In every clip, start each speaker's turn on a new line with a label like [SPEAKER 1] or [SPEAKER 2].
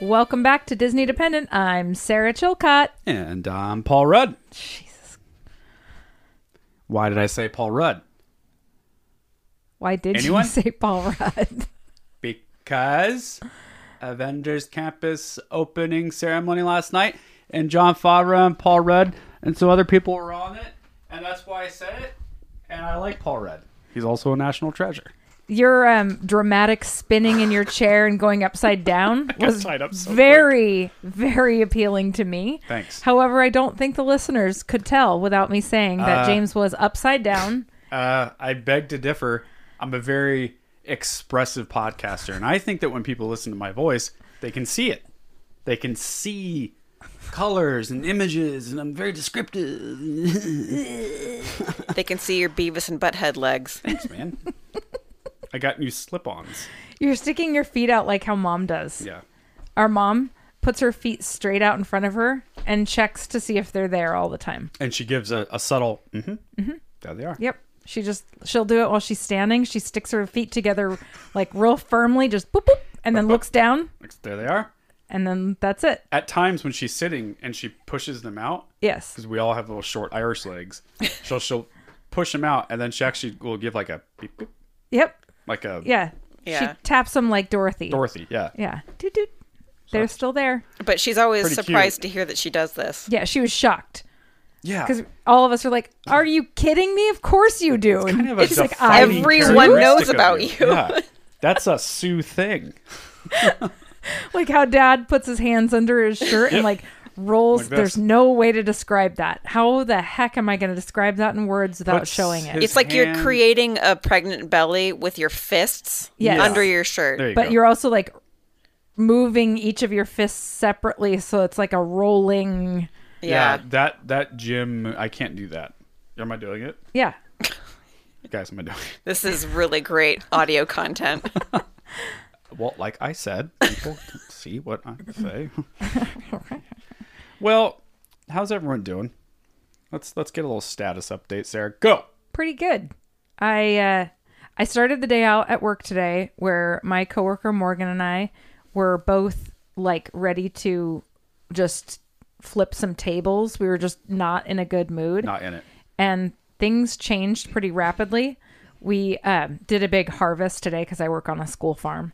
[SPEAKER 1] Welcome back to Disney Dependent. I'm Sarah Chilcott.
[SPEAKER 2] And I'm Paul Rudd.
[SPEAKER 1] Jesus.
[SPEAKER 2] Why did I say Paul Rudd?
[SPEAKER 1] Why did
[SPEAKER 2] Anyone?
[SPEAKER 1] you say Paul Rudd?
[SPEAKER 2] Because Avengers Campus opening ceremony last night, and John Favreau and Paul Rudd and some other people were on it, and that's why I said it. And I like Paul Rudd. He's also a national treasure.
[SPEAKER 1] Your um, dramatic spinning in your chair and going upside down was
[SPEAKER 2] tied up so
[SPEAKER 1] very, very appealing to me.
[SPEAKER 2] Thanks.
[SPEAKER 1] However, I don't think the listeners could tell without me saying that
[SPEAKER 2] Uh,
[SPEAKER 1] James was upside down.
[SPEAKER 2] Uh, I beg to differ. I'm a very expressive podcaster, and I think that when people listen to my voice, they can see it. They can see colors and images, and I'm very descriptive.
[SPEAKER 3] They can see your Beavis and Butthead legs.
[SPEAKER 2] Thanks, man. I got new slip-ons.
[SPEAKER 1] You're sticking your feet out like how mom does.
[SPEAKER 2] Yeah.
[SPEAKER 1] Our mom puts her feet straight out in front of her and checks to see if they're there all the time.
[SPEAKER 2] And she gives a, a subtle, mm-hmm, mm-hmm. there they are.
[SPEAKER 1] Yep. She just she'll do it while she's standing. She sticks her feet together like real firmly, just boop boop, and then looks down,
[SPEAKER 2] Like, There they are.
[SPEAKER 1] and then that's it.
[SPEAKER 2] At times when she's sitting and she pushes them out,
[SPEAKER 1] Yes.
[SPEAKER 2] because we all have little short Irish legs, she'll, she'll push them out, and then she actually will give like a beep, beep,
[SPEAKER 1] Yep.
[SPEAKER 2] like a
[SPEAKER 1] Yeah.
[SPEAKER 3] Yeah.
[SPEAKER 1] She taps them like Dorothy.
[SPEAKER 2] Dorothy. Yeah.
[SPEAKER 1] yeah. Doot doot. They're still there.
[SPEAKER 3] But she's always
[SPEAKER 2] Pretty
[SPEAKER 3] surprised
[SPEAKER 2] cute.
[SPEAKER 3] to hear that she does this.
[SPEAKER 1] Yeah. She was shocked
[SPEAKER 2] Yeah.
[SPEAKER 1] because all of us were like, "Are you kidding me? Of course you do." And
[SPEAKER 2] kind of a
[SPEAKER 1] it's like
[SPEAKER 2] defining
[SPEAKER 1] I
[SPEAKER 3] Everyone
[SPEAKER 2] characteristic
[SPEAKER 3] knows
[SPEAKER 2] of
[SPEAKER 3] about you.
[SPEAKER 2] Yeah. That's a Sue thing.
[SPEAKER 1] like how Dad puts his hands under his shirt and like. Rolls.
[SPEAKER 2] Like this.
[SPEAKER 1] There's no way to describe that. How the heck am I going to describe that in words without
[SPEAKER 2] Puts
[SPEAKER 1] showing it?
[SPEAKER 2] his-
[SPEAKER 3] It's like you're
[SPEAKER 2] hand-
[SPEAKER 3] creating a pregnant belly with your fists
[SPEAKER 1] Yes.
[SPEAKER 3] under your shirt.
[SPEAKER 2] There you
[SPEAKER 1] but
[SPEAKER 2] go.
[SPEAKER 1] you're also like moving each of your fists separately so it's like a rolling
[SPEAKER 3] yeah.
[SPEAKER 2] That that gym. I can't do that. Am I doing it,
[SPEAKER 1] yeah
[SPEAKER 2] guys? Am I doing it?
[SPEAKER 3] This is really great audio content.
[SPEAKER 2] Well, like I said, people can see what I say. well, how's everyone doing? Let's let's get a little status update, Sarah. Go.
[SPEAKER 1] pretty good i uh i started the day out at work today where my coworker morgan and i were both like ready to just flip some tables we were just not in a good mood
[SPEAKER 2] Not in it.
[SPEAKER 1] and things changed pretty rapidly. We um, did a big harvest today because I work on a school farm,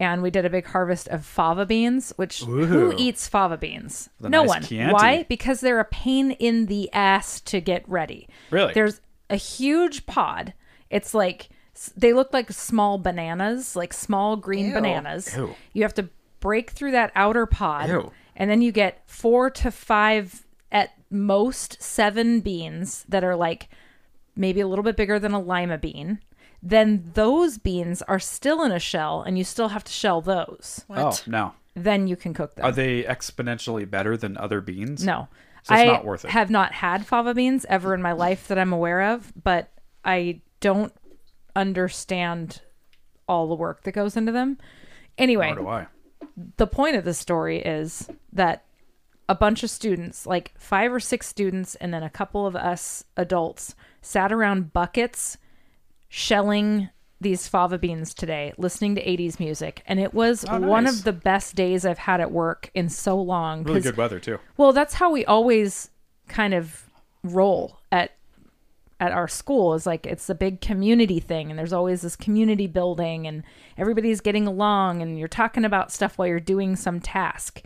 [SPEAKER 1] and we did a big harvest of fava beans. Which who
[SPEAKER 2] Ooh.
[SPEAKER 1] eats fava beans?
[SPEAKER 2] The
[SPEAKER 1] no
[SPEAKER 2] nice
[SPEAKER 1] one.
[SPEAKER 2] Chianti.
[SPEAKER 1] Why? Because they're a pain in the ass to get ready.
[SPEAKER 2] Really?
[SPEAKER 1] There's a huge pod. It's like s- they look like small bananas, like small green bananas.
[SPEAKER 2] Ew.
[SPEAKER 1] You have to break through that outer pod,
[SPEAKER 2] Ew.
[SPEAKER 1] and then you get four to five, at most seven beans that are like maybe a little bit bigger than a lima bean. Then those beans are still in a shell, and you still have to shell those.
[SPEAKER 2] Oh no.
[SPEAKER 1] Then you can cook them.
[SPEAKER 2] Are they exponentially better than other beans?
[SPEAKER 1] No.
[SPEAKER 2] So it's
[SPEAKER 1] I
[SPEAKER 2] not worth it.
[SPEAKER 1] have not had fava beans ever in my life that I'm aware of, but I don't understand all the work that goes into them. Anyway,
[SPEAKER 2] Nor do I.
[SPEAKER 1] the point of the story is that a bunch of students, like five or six students, and then a couple of us adults, sat around buckets shelling these fava beans today, listening to 80s music. And it was
[SPEAKER 2] Oh,
[SPEAKER 1] one
[SPEAKER 2] nice.
[SPEAKER 1] of the best days I've had at work in so long.
[SPEAKER 2] Really
[SPEAKER 1] 'cause
[SPEAKER 2] good weather too.
[SPEAKER 1] well, that's how we always kind of roll at at our school is like it's a big community thing and there's always this community building and everybody's getting along and you're talking about stuff while you're doing some task.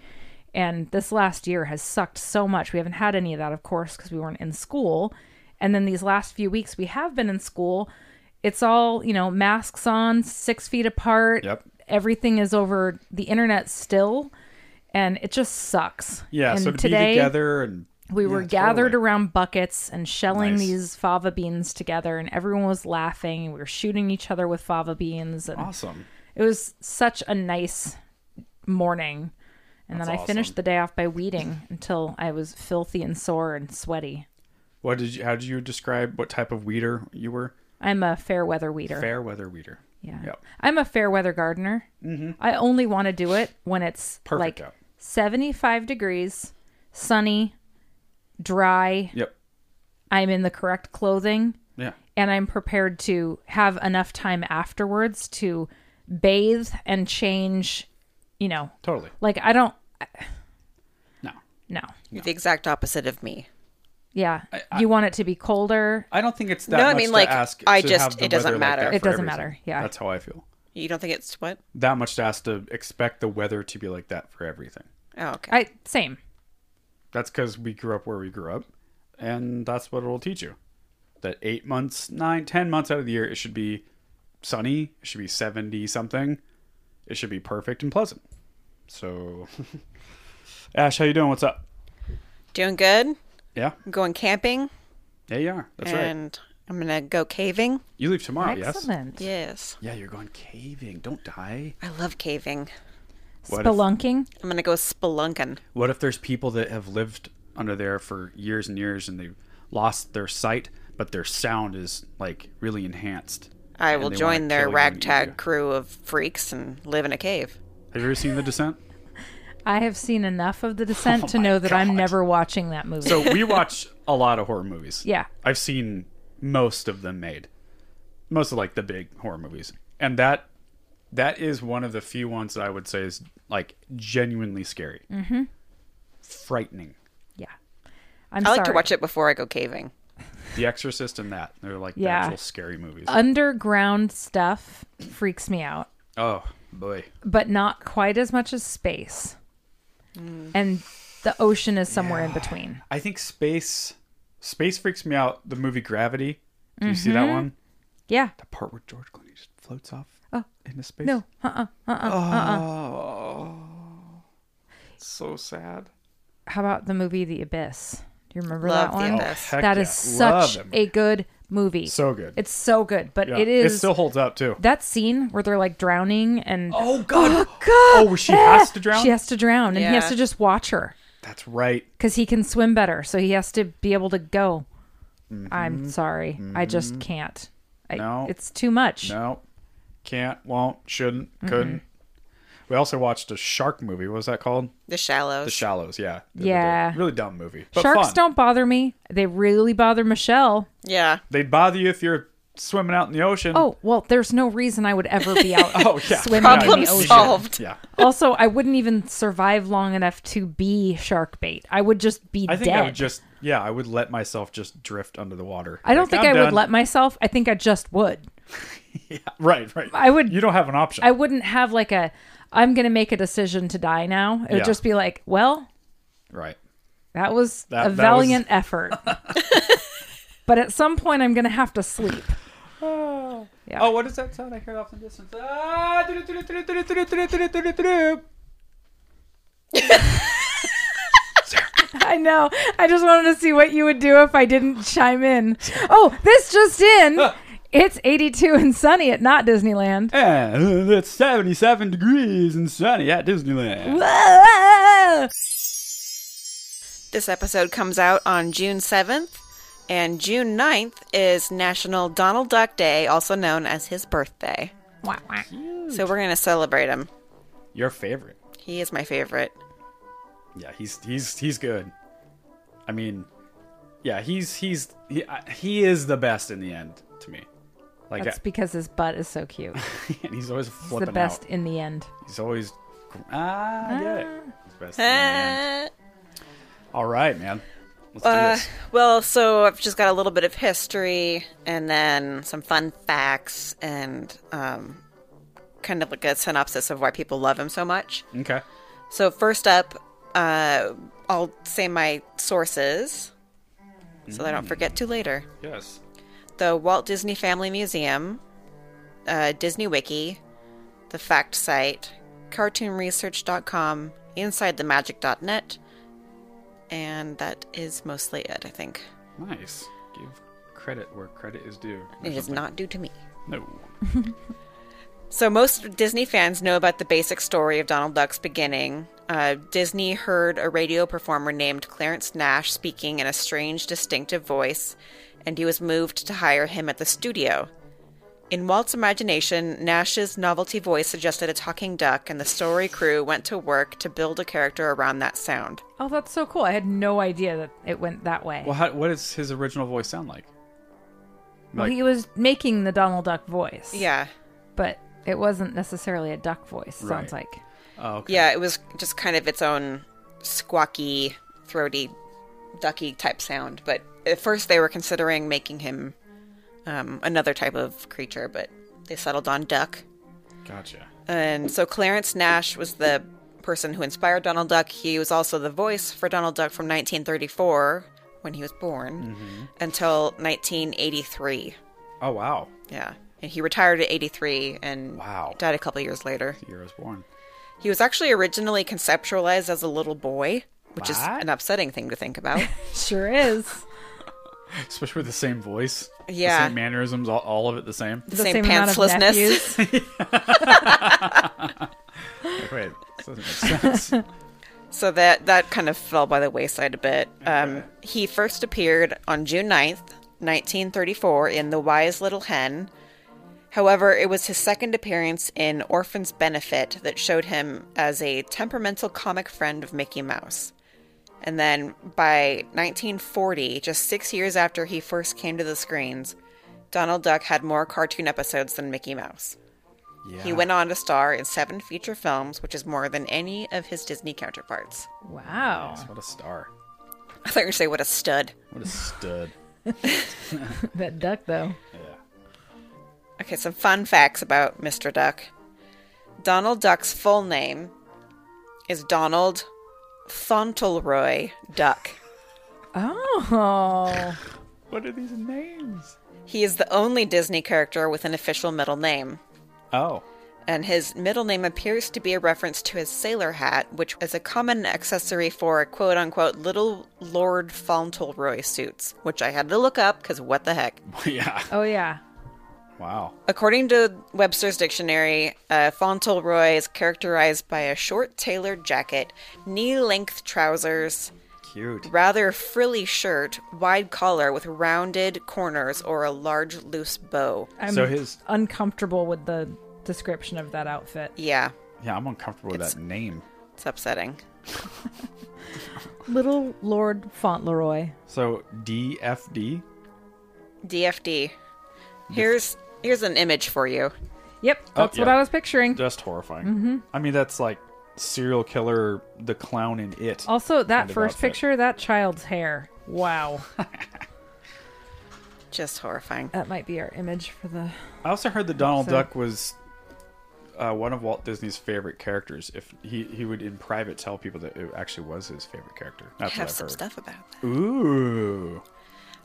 [SPEAKER 1] And this last year has sucked so much. We haven't had any of that, of course, because we weren't in school. And then these last few weeks we have been in school. It's all, you know, masks on, six feet apart.
[SPEAKER 2] Yep.
[SPEAKER 1] Everything is over the internet still. And it just sucks.
[SPEAKER 2] Yeah.
[SPEAKER 1] And
[SPEAKER 2] so to
[SPEAKER 1] today,
[SPEAKER 2] be together and
[SPEAKER 1] we
[SPEAKER 2] Yeah,
[SPEAKER 1] were
[SPEAKER 2] totally.
[SPEAKER 1] gathered around buckets and shelling
[SPEAKER 2] Nice.
[SPEAKER 1] these fava beans together, and everyone was laughing. We were shooting each other with fava beans, and
[SPEAKER 2] awesome.
[SPEAKER 1] it was such a nice morning. And then I
[SPEAKER 2] That's awesome.
[SPEAKER 1] finished the day off by weeding until I was filthy and sore and sweaty.
[SPEAKER 2] What did you? How did you describe what type of weeder you were?
[SPEAKER 1] I'm a fair weather weeder.
[SPEAKER 2] Fair weather weeder.
[SPEAKER 1] Yeah.
[SPEAKER 2] Yep.
[SPEAKER 1] I'm a fair weather gardener. Mm-hmm. I only want to do it when it's
[SPEAKER 2] Perfect
[SPEAKER 1] like
[SPEAKER 2] out.
[SPEAKER 1] 75 degrees, sunny, dry.
[SPEAKER 2] Yep.
[SPEAKER 1] I'm in the correct clothing.
[SPEAKER 2] Yeah.
[SPEAKER 1] and I'm prepared to have enough time afterwards to bathe and change you know,
[SPEAKER 2] Totally.
[SPEAKER 1] like I don't
[SPEAKER 2] No.
[SPEAKER 1] no.
[SPEAKER 3] You're the exact opposite of me.
[SPEAKER 1] Yeah. you want it to be colder.
[SPEAKER 2] I don't think it's that.
[SPEAKER 3] No, I
[SPEAKER 2] much
[SPEAKER 3] mean,
[SPEAKER 2] to
[SPEAKER 3] like,
[SPEAKER 2] ask
[SPEAKER 3] I
[SPEAKER 2] to
[SPEAKER 3] just-
[SPEAKER 2] have the
[SPEAKER 3] it doesn't
[SPEAKER 2] weather like
[SPEAKER 3] matter.
[SPEAKER 2] that
[SPEAKER 1] It
[SPEAKER 2] for
[SPEAKER 1] doesn't
[SPEAKER 2] everything.
[SPEAKER 1] matter, yeah.
[SPEAKER 2] that's how I feel.
[SPEAKER 3] You don't think it's what?
[SPEAKER 2] That much to ask to expect the weather to be like that for everything.
[SPEAKER 3] Oh, okay.
[SPEAKER 1] I same.
[SPEAKER 2] That's because we grew up where we grew up, and that's what it'll teach you. That eight months, nine, ten months out of the year, it should be sunny. It should be seventy something. It should be perfect and pleasant. So, Ash, how you doing? What's up?
[SPEAKER 3] Doing good.
[SPEAKER 2] Yeah,
[SPEAKER 3] I'm going camping
[SPEAKER 2] yeah, you are. That's right.
[SPEAKER 3] and I'm gonna go caving.
[SPEAKER 2] You leave tomorrow. Oh, Yes.
[SPEAKER 1] Excellent.
[SPEAKER 3] Yes.
[SPEAKER 2] Yeah, you're going caving. Don't die.
[SPEAKER 3] I love caving.
[SPEAKER 2] What if-
[SPEAKER 1] Spelunking.
[SPEAKER 3] I'm gonna go spelunking.
[SPEAKER 2] What if there's people that have lived under there for years and years and they lost their sight, but their sound is like really enhanced?
[SPEAKER 3] I
[SPEAKER 2] and
[SPEAKER 3] will
[SPEAKER 2] they
[SPEAKER 3] join
[SPEAKER 2] wanna
[SPEAKER 3] their
[SPEAKER 2] kill you and eat you?
[SPEAKER 3] ragtag crew of freaks and live in a cave.
[SPEAKER 2] Have you ever seen The Descent?
[SPEAKER 1] I have seen enough of The Descent to
[SPEAKER 2] Oh my
[SPEAKER 1] know that I'm
[SPEAKER 2] God.
[SPEAKER 1] never watching that movie.
[SPEAKER 2] So we watch a lot of horror movies.
[SPEAKER 1] Yeah.
[SPEAKER 2] I've seen most of them made. Most of like the big horror movies. And that that is one of the few ones that I would say is like genuinely scary. Mm-hmm. Frightening.
[SPEAKER 1] yeah. I'm
[SPEAKER 3] I like to
[SPEAKER 1] sorry.
[SPEAKER 3] watch it before I go caving.
[SPEAKER 2] The Exorcist and that. They're like the
[SPEAKER 1] Yeah.
[SPEAKER 2] actual scary movies.
[SPEAKER 1] Underground stuff freaks me out,
[SPEAKER 2] oh boy.
[SPEAKER 1] but not quite as much as space.
[SPEAKER 2] Mm.
[SPEAKER 1] And the ocean is somewhere in between.
[SPEAKER 2] I think space space freaks me out. The movie Gravity. Do you see
[SPEAKER 1] Mm-hmm.
[SPEAKER 2] that one?
[SPEAKER 1] Yeah.
[SPEAKER 2] The part where George Clooney just floats off into space.
[SPEAKER 1] Oh. No. Uh-uh.
[SPEAKER 2] Oh. so sad.
[SPEAKER 1] How about the movie The Abyss? Do you remember
[SPEAKER 3] Love
[SPEAKER 1] that
[SPEAKER 3] The
[SPEAKER 1] one?
[SPEAKER 3] Abyss.
[SPEAKER 2] Oh, heck
[SPEAKER 1] That
[SPEAKER 2] yeah.
[SPEAKER 1] is
[SPEAKER 2] Love
[SPEAKER 1] such
[SPEAKER 2] that movie.
[SPEAKER 1] a good movie.
[SPEAKER 2] so good.
[SPEAKER 1] it's so good, but
[SPEAKER 2] Yeah.
[SPEAKER 1] it is
[SPEAKER 2] It still holds up too.
[SPEAKER 1] that scene where they're like drowning and
[SPEAKER 2] Oh god.
[SPEAKER 1] Oh,
[SPEAKER 2] Oh, where she has to drown.
[SPEAKER 1] She has to drown, and he has
[SPEAKER 3] Yeah.
[SPEAKER 1] to just watch her
[SPEAKER 2] That's right.
[SPEAKER 1] because he can swim better, so he has to be able to go. I'm sorry, I just can't. I,
[SPEAKER 2] Mm-hmm. No.
[SPEAKER 1] it's too much.
[SPEAKER 2] No, can't, won't, shouldn't, couldn't. We also watched a shark movie. What was that called?
[SPEAKER 3] The shallows.
[SPEAKER 2] The Shallows. Yeah. The other
[SPEAKER 1] Yeah.
[SPEAKER 2] day. Really dumb movie. But
[SPEAKER 1] Sharks
[SPEAKER 2] fun. Mm.
[SPEAKER 1] don't bother me. They really bother Michelle.
[SPEAKER 3] yeah.
[SPEAKER 2] They'd bother you if you're swimming out in the ocean.
[SPEAKER 1] Oh well, there's no reason I would ever be out
[SPEAKER 2] Oh, yeah.
[SPEAKER 1] swimming in
[SPEAKER 3] Problem
[SPEAKER 1] the ocean.
[SPEAKER 3] solved.
[SPEAKER 2] Yeah.
[SPEAKER 1] Also, I wouldn't even survive long enough to be shark bait. I would just be
[SPEAKER 2] I think
[SPEAKER 1] dead.
[SPEAKER 2] I would just yeah, I would let myself just drift under the water.
[SPEAKER 1] I don't
[SPEAKER 2] Like,
[SPEAKER 1] think
[SPEAKER 2] I'm
[SPEAKER 1] I would
[SPEAKER 2] done.
[SPEAKER 1] let myself. I think I just would.
[SPEAKER 2] Right, right.
[SPEAKER 1] I would-
[SPEAKER 2] You don't have an option.
[SPEAKER 1] I wouldn't have like a I'm going to make a decision to die now. It would
[SPEAKER 2] Yeah.
[SPEAKER 1] just be like, well,
[SPEAKER 2] right.
[SPEAKER 1] that was
[SPEAKER 2] That-
[SPEAKER 1] a
[SPEAKER 2] that was-
[SPEAKER 1] valiant effort. but at some point I'm going to have to sleep. Yeah.
[SPEAKER 2] Oh, what is that sound I hear off in the distance? Ah, doo-doo-doo-doo-doo-doo-doo-doo-doo-doo-doo-doo.
[SPEAKER 1] I know. I just wanted to see what you would do if I didn't chime in. Oh, this just in. It's 82 and sunny at not Disneyland.
[SPEAKER 2] And it's 77 degrees and sunny at Disneyland.
[SPEAKER 1] Whoa!
[SPEAKER 3] This episode comes out on June 7th, and June 9th is National Donald Duck Day, also known as his birthday.
[SPEAKER 1] Wah, wah.
[SPEAKER 3] So we're going to celebrate him.
[SPEAKER 2] Your favorite.
[SPEAKER 3] He is my favorite.
[SPEAKER 2] Yeah, he's he's he's good. I mean, yeah, he's he's he, I- he is the best in the end to me. Like,
[SPEAKER 1] That's because his butt is so cute.
[SPEAKER 2] and he's always
[SPEAKER 1] It's
[SPEAKER 2] flipping
[SPEAKER 1] the best
[SPEAKER 2] out.
[SPEAKER 1] in the end.
[SPEAKER 2] He's always ah, I get it. He's best in the end.
[SPEAKER 3] Uh,
[SPEAKER 2] All right, man. Let's do this.
[SPEAKER 3] well, so I've just got a little bit of history and then some fun facts and um, kind of like a synopsis of why people love him so much.
[SPEAKER 2] Okay.
[SPEAKER 3] So first up, uh, I'll say my sources so that I don't forget to later.
[SPEAKER 2] Yes.
[SPEAKER 3] The Walt Disney Family Museum, uh, Disney Wiki, the Fact Site, CartoonResearch.com, InsideTheMagic.net, and that is mostly it. I think
[SPEAKER 2] Nice. Give credit where credit is due.
[SPEAKER 3] it is not due to me.
[SPEAKER 2] No.
[SPEAKER 3] So most Disney fans know about the basic story of Donald Duck's beginning. Uh, Disney heard a radio performer named Clarence Nash speaking in a strange, distinctive voice, and he was moved to hire him at the studio. In Walt's imagination, Nash's novelty voice suggested a talking duck, and the story crew went to work to build a character around that sound.
[SPEAKER 1] Oh, that's so cool. I had no idea that it went that way.
[SPEAKER 2] Well, how, what does his original voice sound like?
[SPEAKER 1] Well,
[SPEAKER 2] Like-
[SPEAKER 1] he was making the Donald Duck voice.
[SPEAKER 3] Yeah.
[SPEAKER 1] But it wasn't necessarily a duck voice, sounds
[SPEAKER 2] Right.
[SPEAKER 1] like.
[SPEAKER 2] Oh, okay.
[SPEAKER 3] Yeah, it was just kind of its own squawky, throaty, ducky type sound. But at first they were considering making him um, another type of creature, but they settled on duck.
[SPEAKER 2] Gotcha.
[SPEAKER 3] And so Clarence Nash was the person who inspired Donald Duck. He was also the voice for Donald Duck from 1934 when he was born until 1983.
[SPEAKER 2] Oh, wow.
[SPEAKER 3] Yeah. And he retired at 83 and
[SPEAKER 2] Wow.
[SPEAKER 3] died a couple years later.
[SPEAKER 2] The year I was born.
[SPEAKER 3] He was actually originally conceptualized as a little boy, which is
[SPEAKER 2] What?
[SPEAKER 3] an upsetting thing to think about.
[SPEAKER 1] Sure is.
[SPEAKER 2] Especially with the same voice.
[SPEAKER 3] Yeah.
[SPEAKER 2] The same mannerisms, all, all of it the same.
[SPEAKER 3] The
[SPEAKER 1] The
[SPEAKER 3] same,
[SPEAKER 1] same amount of
[SPEAKER 3] pantslessness.
[SPEAKER 1] nephews.
[SPEAKER 2] Like, wait, this doesn't make sense.
[SPEAKER 3] So that that kind of fell by the wayside a bit. Um, he first appeared on June 9th, 1934, in The Wise Little Hen. However, it was his second appearance in Orphan's Benefit that showed him as a temperamental comic friend of Mickey Mouse. And then by 1940, just six years after he first came to the screens, Donald Duck had more cartoon episodes than Mickey Mouse.
[SPEAKER 2] Yeah.
[SPEAKER 3] He went on to star in seven feature films, which is more than any of his Disney counterparts.
[SPEAKER 1] Wow.
[SPEAKER 2] What a star.
[SPEAKER 3] I thought you were going to say what a stud.
[SPEAKER 2] What a stud.
[SPEAKER 1] That duck though.
[SPEAKER 3] Okay, some fun facts about Mr. Duck. Donald Duck's full name is Donald Fauntleroy Duck.
[SPEAKER 1] Oh.
[SPEAKER 2] What are these names?
[SPEAKER 3] He is the only Disney character with an official middle name,
[SPEAKER 2] Oh.
[SPEAKER 3] and his middle name appears to be a reference to his sailor hat, which is a common accessory for quote unquote little Lord Fauntleroy suits, which I had to look up because what the heck.
[SPEAKER 2] yeah.
[SPEAKER 1] Oh yeah.
[SPEAKER 2] Wow.
[SPEAKER 3] According to Webster's dictionary, uh, Fauntleroy is characterized by a short tailored jacket, knee length trousers,
[SPEAKER 2] Cute.
[SPEAKER 3] rather frilly shirt, wide collar with rounded corners, or a large loose bow.
[SPEAKER 1] I'm
[SPEAKER 2] So his-
[SPEAKER 1] uncomfortable with the description of that outfit.
[SPEAKER 3] Yeah,
[SPEAKER 2] Yeah, I'm uncomfortable with
[SPEAKER 3] It's-
[SPEAKER 2] that name.
[SPEAKER 3] it's upsetting.
[SPEAKER 1] Little Lord Fauntleroy.
[SPEAKER 2] So DFD.
[SPEAKER 3] DFD. Here's here's an image for you.
[SPEAKER 1] Yep,
[SPEAKER 2] Oh,
[SPEAKER 1] that's what
[SPEAKER 2] yeah.
[SPEAKER 1] I was picturing.
[SPEAKER 2] Just horrifying.
[SPEAKER 3] Mm-hmm.
[SPEAKER 2] I mean, that's like serial killer, the clown in it.
[SPEAKER 1] also, that
[SPEAKER 2] of
[SPEAKER 1] first
[SPEAKER 2] outfit.
[SPEAKER 1] picture, that child's hair. Wow.
[SPEAKER 3] Just horrifying.
[SPEAKER 1] that might be our image for the
[SPEAKER 2] I also heard that Donald
[SPEAKER 1] So-
[SPEAKER 2] Duck was uh, one of Walt Disney's favorite characters. If he he would in private tell people that it actually was his favorite character. That's
[SPEAKER 3] have
[SPEAKER 2] what I've
[SPEAKER 3] some
[SPEAKER 2] heard.
[SPEAKER 3] stuff about that.
[SPEAKER 2] Ooh,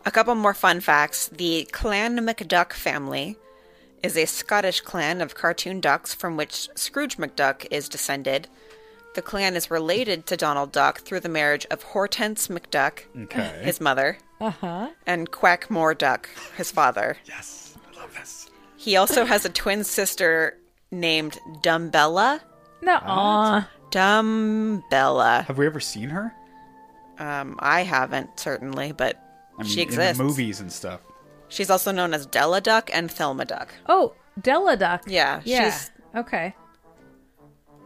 [SPEAKER 3] A couple more fun facts. The Clan McDuck family is a Scottish clan of cartoon ducks from which Scrooge McDuck is descended. The clan is related to Donald Duck through the marriage of Hortense McDuck,
[SPEAKER 2] Okay.
[SPEAKER 3] his mother, uh-huh. and Quackmore Duck, his father.
[SPEAKER 2] yes, I love this.
[SPEAKER 3] He also has a twin sister named Dumbella.
[SPEAKER 1] No, aw.
[SPEAKER 3] Dumbella.
[SPEAKER 2] Have we ever seen her?
[SPEAKER 3] Um, I haven't certainly, but
[SPEAKER 2] I mean,
[SPEAKER 3] she exists.
[SPEAKER 2] in the movies and stuff.
[SPEAKER 3] She's also known as Della Duck and Thelma Duck.
[SPEAKER 1] Oh, Della Duck.
[SPEAKER 3] Yeah,
[SPEAKER 1] Yeah.
[SPEAKER 3] she's-
[SPEAKER 1] Okay.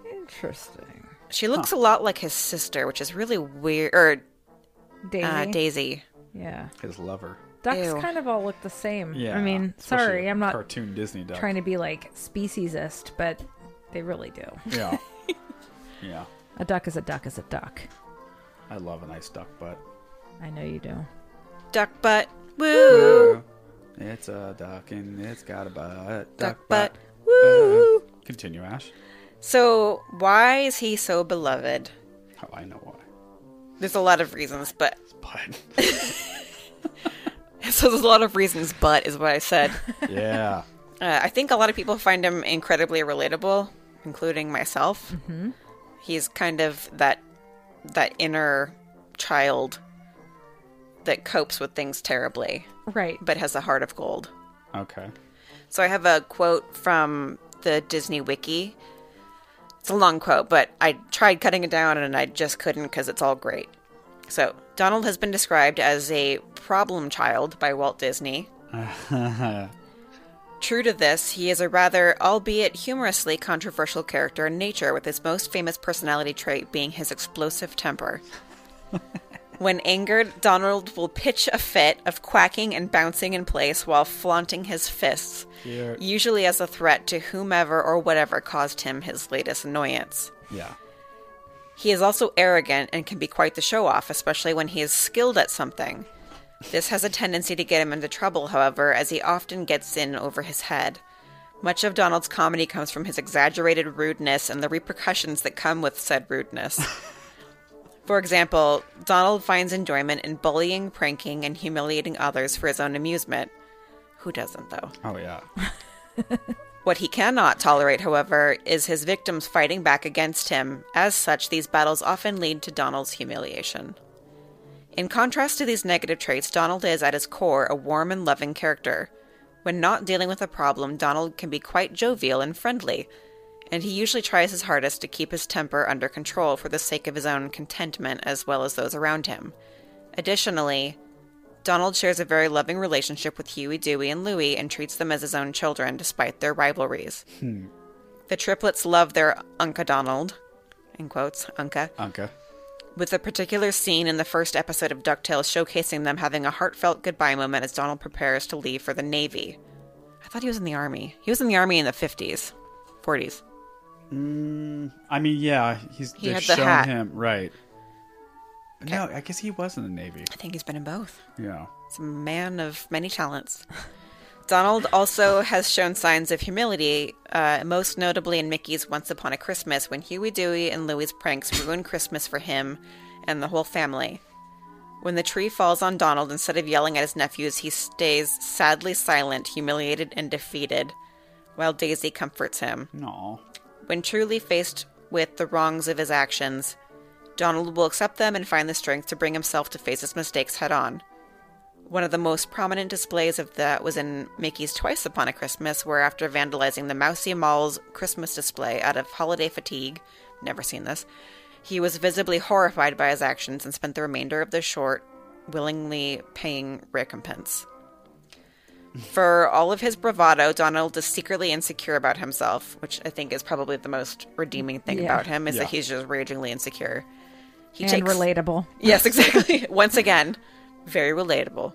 [SPEAKER 1] Interesting.
[SPEAKER 3] She looks a lot like his sister, which is really weird. Or
[SPEAKER 1] Daisy.
[SPEAKER 3] uh, Daisy.
[SPEAKER 1] yeah.
[SPEAKER 2] His lover.
[SPEAKER 1] Ducks
[SPEAKER 3] Ew.
[SPEAKER 1] kind of all look the same.
[SPEAKER 2] Yeah.
[SPEAKER 1] I mean,
[SPEAKER 2] especially
[SPEAKER 1] sorry,
[SPEAKER 2] the
[SPEAKER 1] I'm not
[SPEAKER 2] cartoon Disney duck.
[SPEAKER 1] trying to be like speciesist, but they really do.
[SPEAKER 2] Yeah. yeah.
[SPEAKER 1] A duck is a duck is a duck.
[SPEAKER 2] I love a nice duck butt.
[SPEAKER 1] I know you do.
[SPEAKER 3] Duck butt. Woo!
[SPEAKER 2] It's a duck and it's got a butt.
[SPEAKER 3] Duck butt.
[SPEAKER 2] Woo! Continue, Ash.
[SPEAKER 3] So, why is he so beloved?
[SPEAKER 2] Oh, I know why.
[SPEAKER 3] There's a lot of reasons, but.
[SPEAKER 2] But
[SPEAKER 3] So, there's a lot of reasons, but is what I said.
[SPEAKER 2] yeah,
[SPEAKER 3] Uh, I think a lot of people find him incredibly relatable, including myself. He's kind of that that inner child that copes with things terribly,
[SPEAKER 1] Right.
[SPEAKER 3] but has a heart of gold.
[SPEAKER 2] okay.
[SPEAKER 3] So I have a quote from the Disney Wiki. It's a long quote, but I tried cutting it down and I just couldn't because it's all great. So, Donald has been described as a problem child by Walt Disney. True to this, he is a rather, albeit humorously controversial character in nature, with his most famous personality trait being his explosive temper. When angered, Donald will pitch a fit of quacking and bouncing in place while flaunting his fists,
[SPEAKER 2] Cute.
[SPEAKER 3] usually as a threat to whomever or whatever caused him his latest annoyance.
[SPEAKER 4] Yeah.
[SPEAKER 3] He is also arrogant and can be quite the show off, especially when he is skilled at something. This has a tendency to get him into trouble, however, as he often gets in over his head. Much of Donald's comedy comes from his exaggerated rudeness and the repercussions that come with said rudeness. for example, Donald finds enjoyment in bullying, pranking, and humiliating others for his own amusement. Who doesn't, though?
[SPEAKER 4] Oh yeah.
[SPEAKER 3] What he cannot tolerate, however, is his victims fighting back against him. As such, these battles often lead to Donald's humiliation. In contrast to these negative traits, Donald is, at his core, a warm and loving character. When not dealing with a problem, Donald can be quite jovial and friendly, and he usually tries his hardest to keep his temper under control for the sake of his own contentment as well as those around him. Additionally, Donald shares a very loving relationship with Huey, Dewey, and Louie and treats them as his own children despite their rivalries. The triplets love their Unca Donald, in quotes, Unca,
[SPEAKER 4] Anka.
[SPEAKER 3] with a particular scene in the first episode of DuckTales showcasing them having a heartfelt goodbye moment as Donald prepares to leave for the Navy. I thought he was in the Army. He was in the Army in the 50s, 40s.
[SPEAKER 4] I mean, yeah, he's
[SPEAKER 3] He
[SPEAKER 4] they've
[SPEAKER 3] had the
[SPEAKER 4] shown
[SPEAKER 3] hat.
[SPEAKER 4] him right. But No, I guess he was in the Navy.
[SPEAKER 3] I think he's been in both.
[SPEAKER 4] Yeah.
[SPEAKER 3] He's a man of many talents. Donald also has shown signs of humility, uh, most notably in Mickey's Once Upon a Christmas, when Huey, Dewey, and Louie's pranks ruin Christmas for him and the whole family. When the tree falls on Donald, instead of yelling at his nephews, he stays sadly silent, humiliated, and defeated, while Daisy comforts him.
[SPEAKER 4] No.
[SPEAKER 3] When truly faced with the wrongs of his actions, Donald will accept them and find the strength to bring himself to face his mistakes head on. One of the most prominent displays of that was in Mickey's Twice Upon a Christmas, where after vandalizing the Mousy Mall's Christmas display out of holiday fatigue, never seen this, he was visibly horrified by his actions and spent the remainder of the short willingly paying recompense. For all of his bravado, Donald is secretly insecure about himself, which I think is probably the most redeeming thing
[SPEAKER 1] Yeah.
[SPEAKER 3] about him is
[SPEAKER 4] Yeah.
[SPEAKER 3] that he's just ragingly insecure. He
[SPEAKER 1] and relatable.
[SPEAKER 3] Yes, exactly. Once again, very relatable.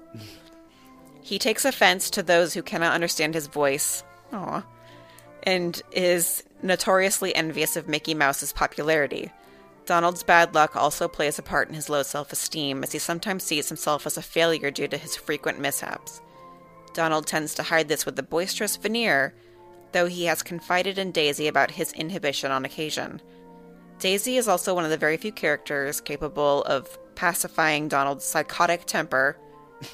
[SPEAKER 3] He takes offense to those who cannot understand his voice. Aw. And is notoriously envious of Mickey Mouse's popularity. Donald's bad luck also plays a part in his low self esteem, as he sometimes sees himself as a failure due to his frequent mishaps. Donald tends to hide this with a boisterous veneer, though he has confided in Daisy about his inhibition on occasion. Daisy is also one of the very few characters capable of pacifying Donald's psychotic temper,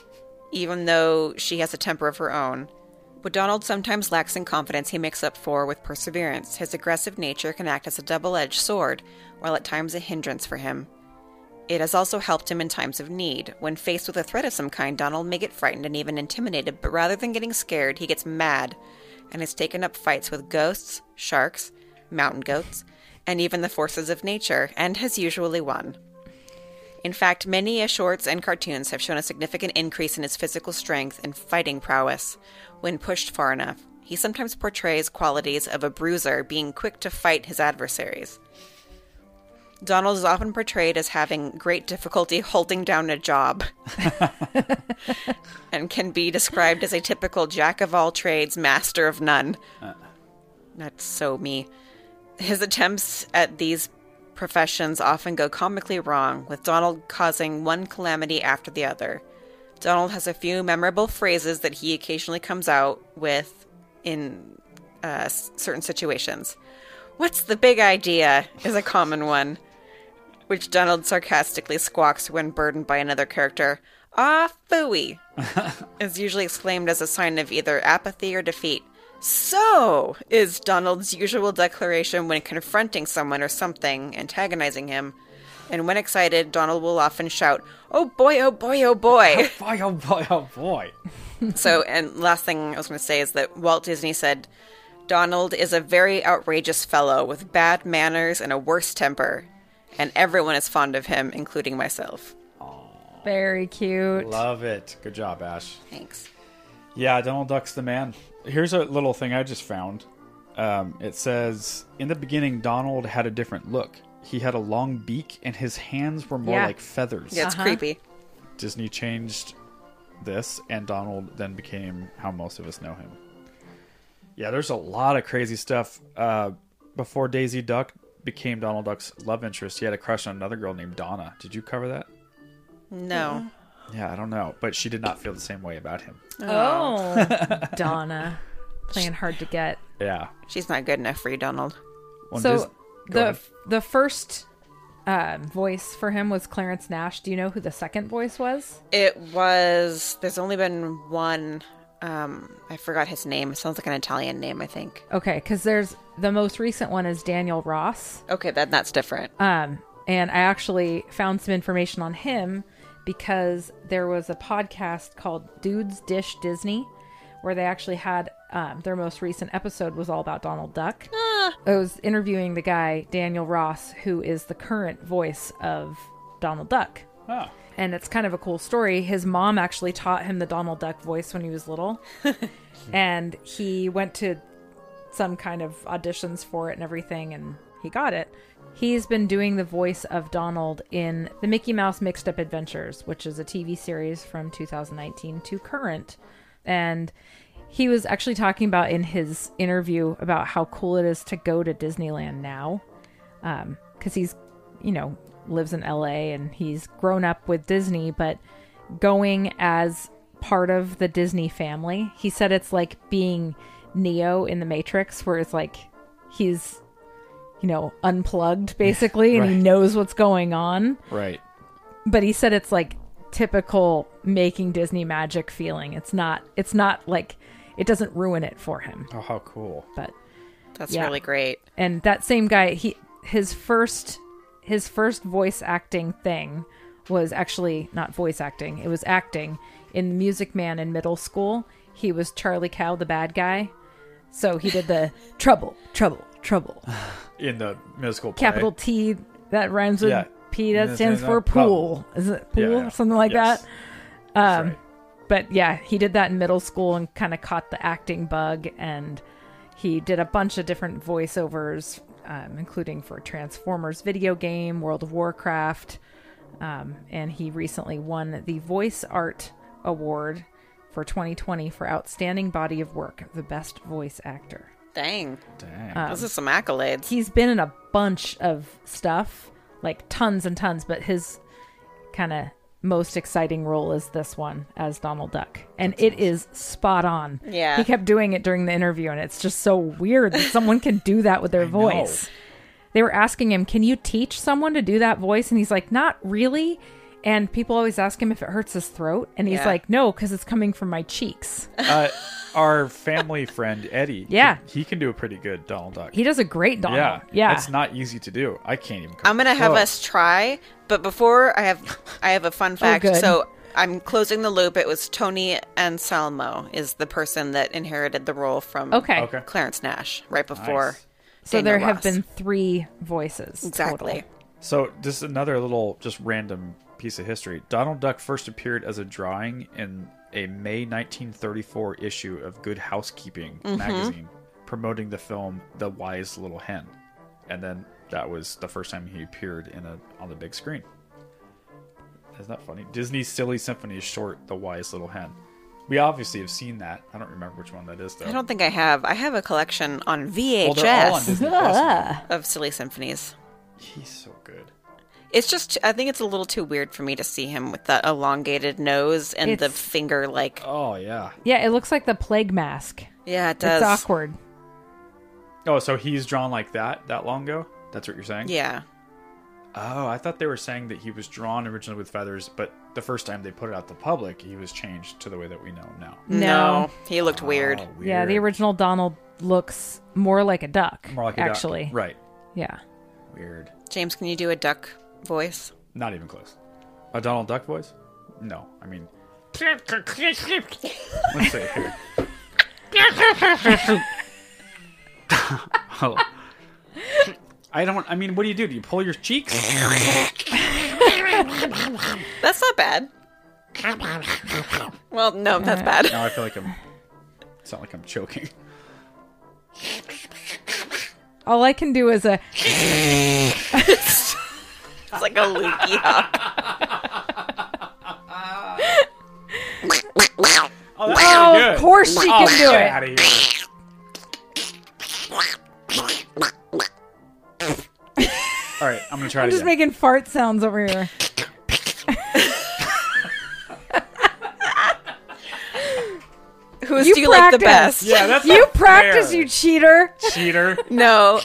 [SPEAKER 3] even though she has a temper of her own. What Donald sometimes lacks in confidence, he makes up for with perseverance. His aggressive nature can act as a double edged sword, while at times a hindrance for him. It has also helped him in times of need. When faced with a threat of some kind, Donald may get frightened and even intimidated, but rather than getting scared, he gets mad and has taken up fights with ghosts, sharks, mountain goats, and even the forces of nature, and has usually won. In fact, many a shorts and cartoons have shown a significant increase in his physical strength and fighting prowess when pushed far enough. He sometimes portrays qualities of a bruiser being quick to fight his adversaries. Donald is often portrayed as having great difficulty holding down a job and can be described as a typical jack of all trades, master of none. That's so me. His attempts at these professions often go comically wrong, with Donald causing one calamity after the other. Donald has a few memorable phrases that he occasionally comes out with in uh, s- certain situations. What's the big idea is a common one, which Donald sarcastically squawks when burdened by another character. Ah, phooey! is usually exclaimed as a sign of either apathy or defeat. So is Donald's usual declaration when confronting someone or something antagonizing him. And when excited, Donald will often shout, Oh boy, oh boy, oh boy.
[SPEAKER 4] Boy, oh boy, oh boy.
[SPEAKER 3] so, and last thing I was going to say is that Walt Disney said, Donald is a very outrageous fellow with bad manners and a worse temper. And everyone is fond of him, including myself.
[SPEAKER 1] Very cute.
[SPEAKER 4] Love it. Good job, Ash.
[SPEAKER 3] Thanks.
[SPEAKER 4] Yeah, Donald Duck's the man. Here's a little thing I just found. Um, it says in the beginning, Donald had a different look. He had a long beak, and his hands were more
[SPEAKER 1] Yeah.
[SPEAKER 4] like feathers.
[SPEAKER 3] Yeah, it's
[SPEAKER 1] Uh-huh.
[SPEAKER 3] creepy.
[SPEAKER 4] Disney changed this, and Donald then became how most of us know him. Yeah, there's a lot of crazy stuff. Uh, before Daisy Duck
[SPEAKER 2] became Donald Duck's love interest, he had a crush on another girl named Donna. Did you cover that?
[SPEAKER 3] No.
[SPEAKER 1] Mm-hmm.
[SPEAKER 2] Yeah, I don't know, but she did not feel the same way about him.
[SPEAKER 1] Oh, Donna, playing hard to get.
[SPEAKER 2] Yeah.
[SPEAKER 3] She's not good enough for you, Donald.
[SPEAKER 2] Well,
[SPEAKER 1] so
[SPEAKER 2] Dis-
[SPEAKER 1] the
[SPEAKER 2] ahead.
[SPEAKER 1] the first uh, voice for him was Clarence Nash. Do you know who the second voice was?
[SPEAKER 3] It was. There's only been one. Um, I forgot his name. It sounds like an Italian name, I think.
[SPEAKER 1] Okay, because there's the most recent one is Daniel Ross,
[SPEAKER 3] Okay, then that's different.
[SPEAKER 1] um, and I actually found some information on him because there was a podcast called Dudes Dish Disney where they actually had um, their most recent episode was all about Donald Duck. I was interviewing the guy Daniel Ross, who is the current voice of Donald Duck.
[SPEAKER 2] Ah,
[SPEAKER 4] Oh.
[SPEAKER 1] and it's kind of a cool story. His mom actually taught him the Donald Duck voice when he was little, and he went to some kind of auditions for it and everything, and he got it. He's been doing the voice of Donald in the Mickey Mouse Mixed Up Adventures, which is a TV series from 2019 to current. And he was actually talking about in his interview about how cool it is to go to Disneyland now because he's you know lives in la and he's grown up with disney but going as part of the disney family he said it's like being neo in the matrix where it's like he's you know unplugged basically and he
[SPEAKER 2] Right.
[SPEAKER 1] knows what's going on
[SPEAKER 2] right.
[SPEAKER 1] but he said it's like typical making disney magic feeling it's not it's not like it doesn't ruin it for him
[SPEAKER 2] Oh, how cool.
[SPEAKER 1] but
[SPEAKER 3] That's
[SPEAKER 1] yeah.
[SPEAKER 3] really great.
[SPEAKER 1] and that same guy he his first his first voice acting thing was actually not voice acting it was acting in music man in middle school he was charlie cow the bad guy so he did the trouble trouble trouble
[SPEAKER 2] In the musical play.
[SPEAKER 1] capital t that rhymes with
[SPEAKER 2] Yeah.
[SPEAKER 1] p that
[SPEAKER 2] Yeah,
[SPEAKER 1] stands
[SPEAKER 2] no
[SPEAKER 1] for
[SPEAKER 2] problem.
[SPEAKER 1] pool is it
[SPEAKER 2] Yeah,
[SPEAKER 1] pool
[SPEAKER 2] yeah.
[SPEAKER 1] something like
[SPEAKER 2] Yes.
[SPEAKER 1] that Um,
[SPEAKER 2] That's right.
[SPEAKER 1] but yeah, he did that in middle school and kind of caught the acting bug. And he did a bunch of different voiceovers, um, including for Transformers video game, World of Warcraft. Um, and he recently won the Voice Art Award for 2020 for Outstanding Body of Work, the Best Voice Actor.
[SPEAKER 3] Dang.
[SPEAKER 2] Dang.
[SPEAKER 1] uh, Um,
[SPEAKER 3] Those are some accolades.
[SPEAKER 1] He's been in a bunch of stuff, like tons and tons, but his kind of most exciting role is this one as Donald Duck. And it is spot on.
[SPEAKER 3] Yeah.
[SPEAKER 1] He kept doing it during the interview, and it's just so weird that someone can do that with their voice. They were asking him, Can you teach someone to do that voice? And he's like, Not really. And people always ask him if it hurts his throat. And he's
[SPEAKER 3] Yeah.
[SPEAKER 1] like, No, because it's coming from my cheeks.
[SPEAKER 2] uh, our family friend Eddie.
[SPEAKER 1] Yeah.
[SPEAKER 2] can- he can do a pretty good Donald Duck.
[SPEAKER 1] He does a great Donald.
[SPEAKER 2] yeah,
[SPEAKER 1] Yeah. yeah.
[SPEAKER 2] It's not easy to do. I can't even.
[SPEAKER 3] I'm gonna have
[SPEAKER 2] Oh.
[SPEAKER 3] us try, but before I have, I have a fun fact.
[SPEAKER 1] Oh, good.
[SPEAKER 3] so I'm closing the loop. It was Tony Anselmo is the person that inherited the role from
[SPEAKER 1] okay.
[SPEAKER 2] Okay.
[SPEAKER 3] Clarence Nash right before.
[SPEAKER 2] Nice.
[SPEAKER 1] So
[SPEAKER 3] Daniel
[SPEAKER 1] there have
[SPEAKER 3] Ross.
[SPEAKER 1] been three voices.
[SPEAKER 3] exactly.
[SPEAKER 1] total.
[SPEAKER 2] So just another little, just random piece of history. Donald Duck first appeared as a drawing in a May 1934 issue of Good Housekeeping
[SPEAKER 3] Mm-hmm.
[SPEAKER 2] magazine, promoting the film The Wise Little Hen, and then that was the first time he appeared in a on the big screen. Isn't that funny? Disney's Silly Symphony is short The Wise Little Hen. We obviously have seen that. I don't remember which one that is though.
[SPEAKER 3] I don't think I have. I have a collection on
[SPEAKER 2] well,
[SPEAKER 3] VHS
[SPEAKER 2] they're all on Disney Plus. now.
[SPEAKER 3] of silly symphonies.
[SPEAKER 2] He's so good.
[SPEAKER 3] It's just, I think it's a little too weird for me to see him with that elongated nose and the
[SPEAKER 1] It's-
[SPEAKER 3] finger. Like,
[SPEAKER 2] Oh yeah.
[SPEAKER 1] Yeah, it looks like the plague mask.
[SPEAKER 3] yeah, it does.
[SPEAKER 1] It's awkward.
[SPEAKER 2] Oh, so he's drawn like that that long ago? That's what you're saying?
[SPEAKER 3] Yeah,
[SPEAKER 2] Oh, I thought they were saying that he was drawn originally with feathers, but the first time they put it out to public, he was changed to the way that we know him now.
[SPEAKER 1] No.
[SPEAKER 3] he looked weird.
[SPEAKER 2] Oh,
[SPEAKER 1] Yeah, the
[SPEAKER 2] weird.
[SPEAKER 1] original Donald looks more like a duck.
[SPEAKER 2] More like a duck.
[SPEAKER 1] actually.
[SPEAKER 2] Right.
[SPEAKER 1] Yeah.
[SPEAKER 2] Weird.
[SPEAKER 3] James, can you do a duck voice?
[SPEAKER 2] Not even close. A Donald Duck voice? No. I mean, let's see here. oh. I don't. I mean, what do you do? Do you pull your cheeks?
[SPEAKER 3] That's not bad. well, no, that's bad.
[SPEAKER 2] Now I feel like I'm. It's not like I'm choking.
[SPEAKER 1] All I can do is a
[SPEAKER 3] It's like a loopy hop.
[SPEAKER 2] Oh, that's pretty
[SPEAKER 1] of
[SPEAKER 2] good.
[SPEAKER 1] course she
[SPEAKER 2] Oh,
[SPEAKER 1] can
[SPEAKER 2] get
[SPEAKER 1] do it.
[SPEAKER 2] outta here. All right, I'm gonna try
[SPEAKER 1] I'm
[SPEAKER 2] it
[SPEAKER 1] just
[SPEAKER 2] again.
[SPEAKER 1] making fart sounds over here.
[SPEAKER 3] Who's
[SPEAKER 1] You
[SPEAKER 3] do you like the
[SPEAKER 1] practice.
[SPEAKER 3] best?
[SPEAKER 2] yeah, that's
[SPEAKER 1] You
[SPEAKER 2] not
[SPEAKER 1] practice,
[SPEAKER 2] fair,
[SPEAKER 1] you cheater.
[SPEAKER 2] cheater.
[SPEAKER 3] No,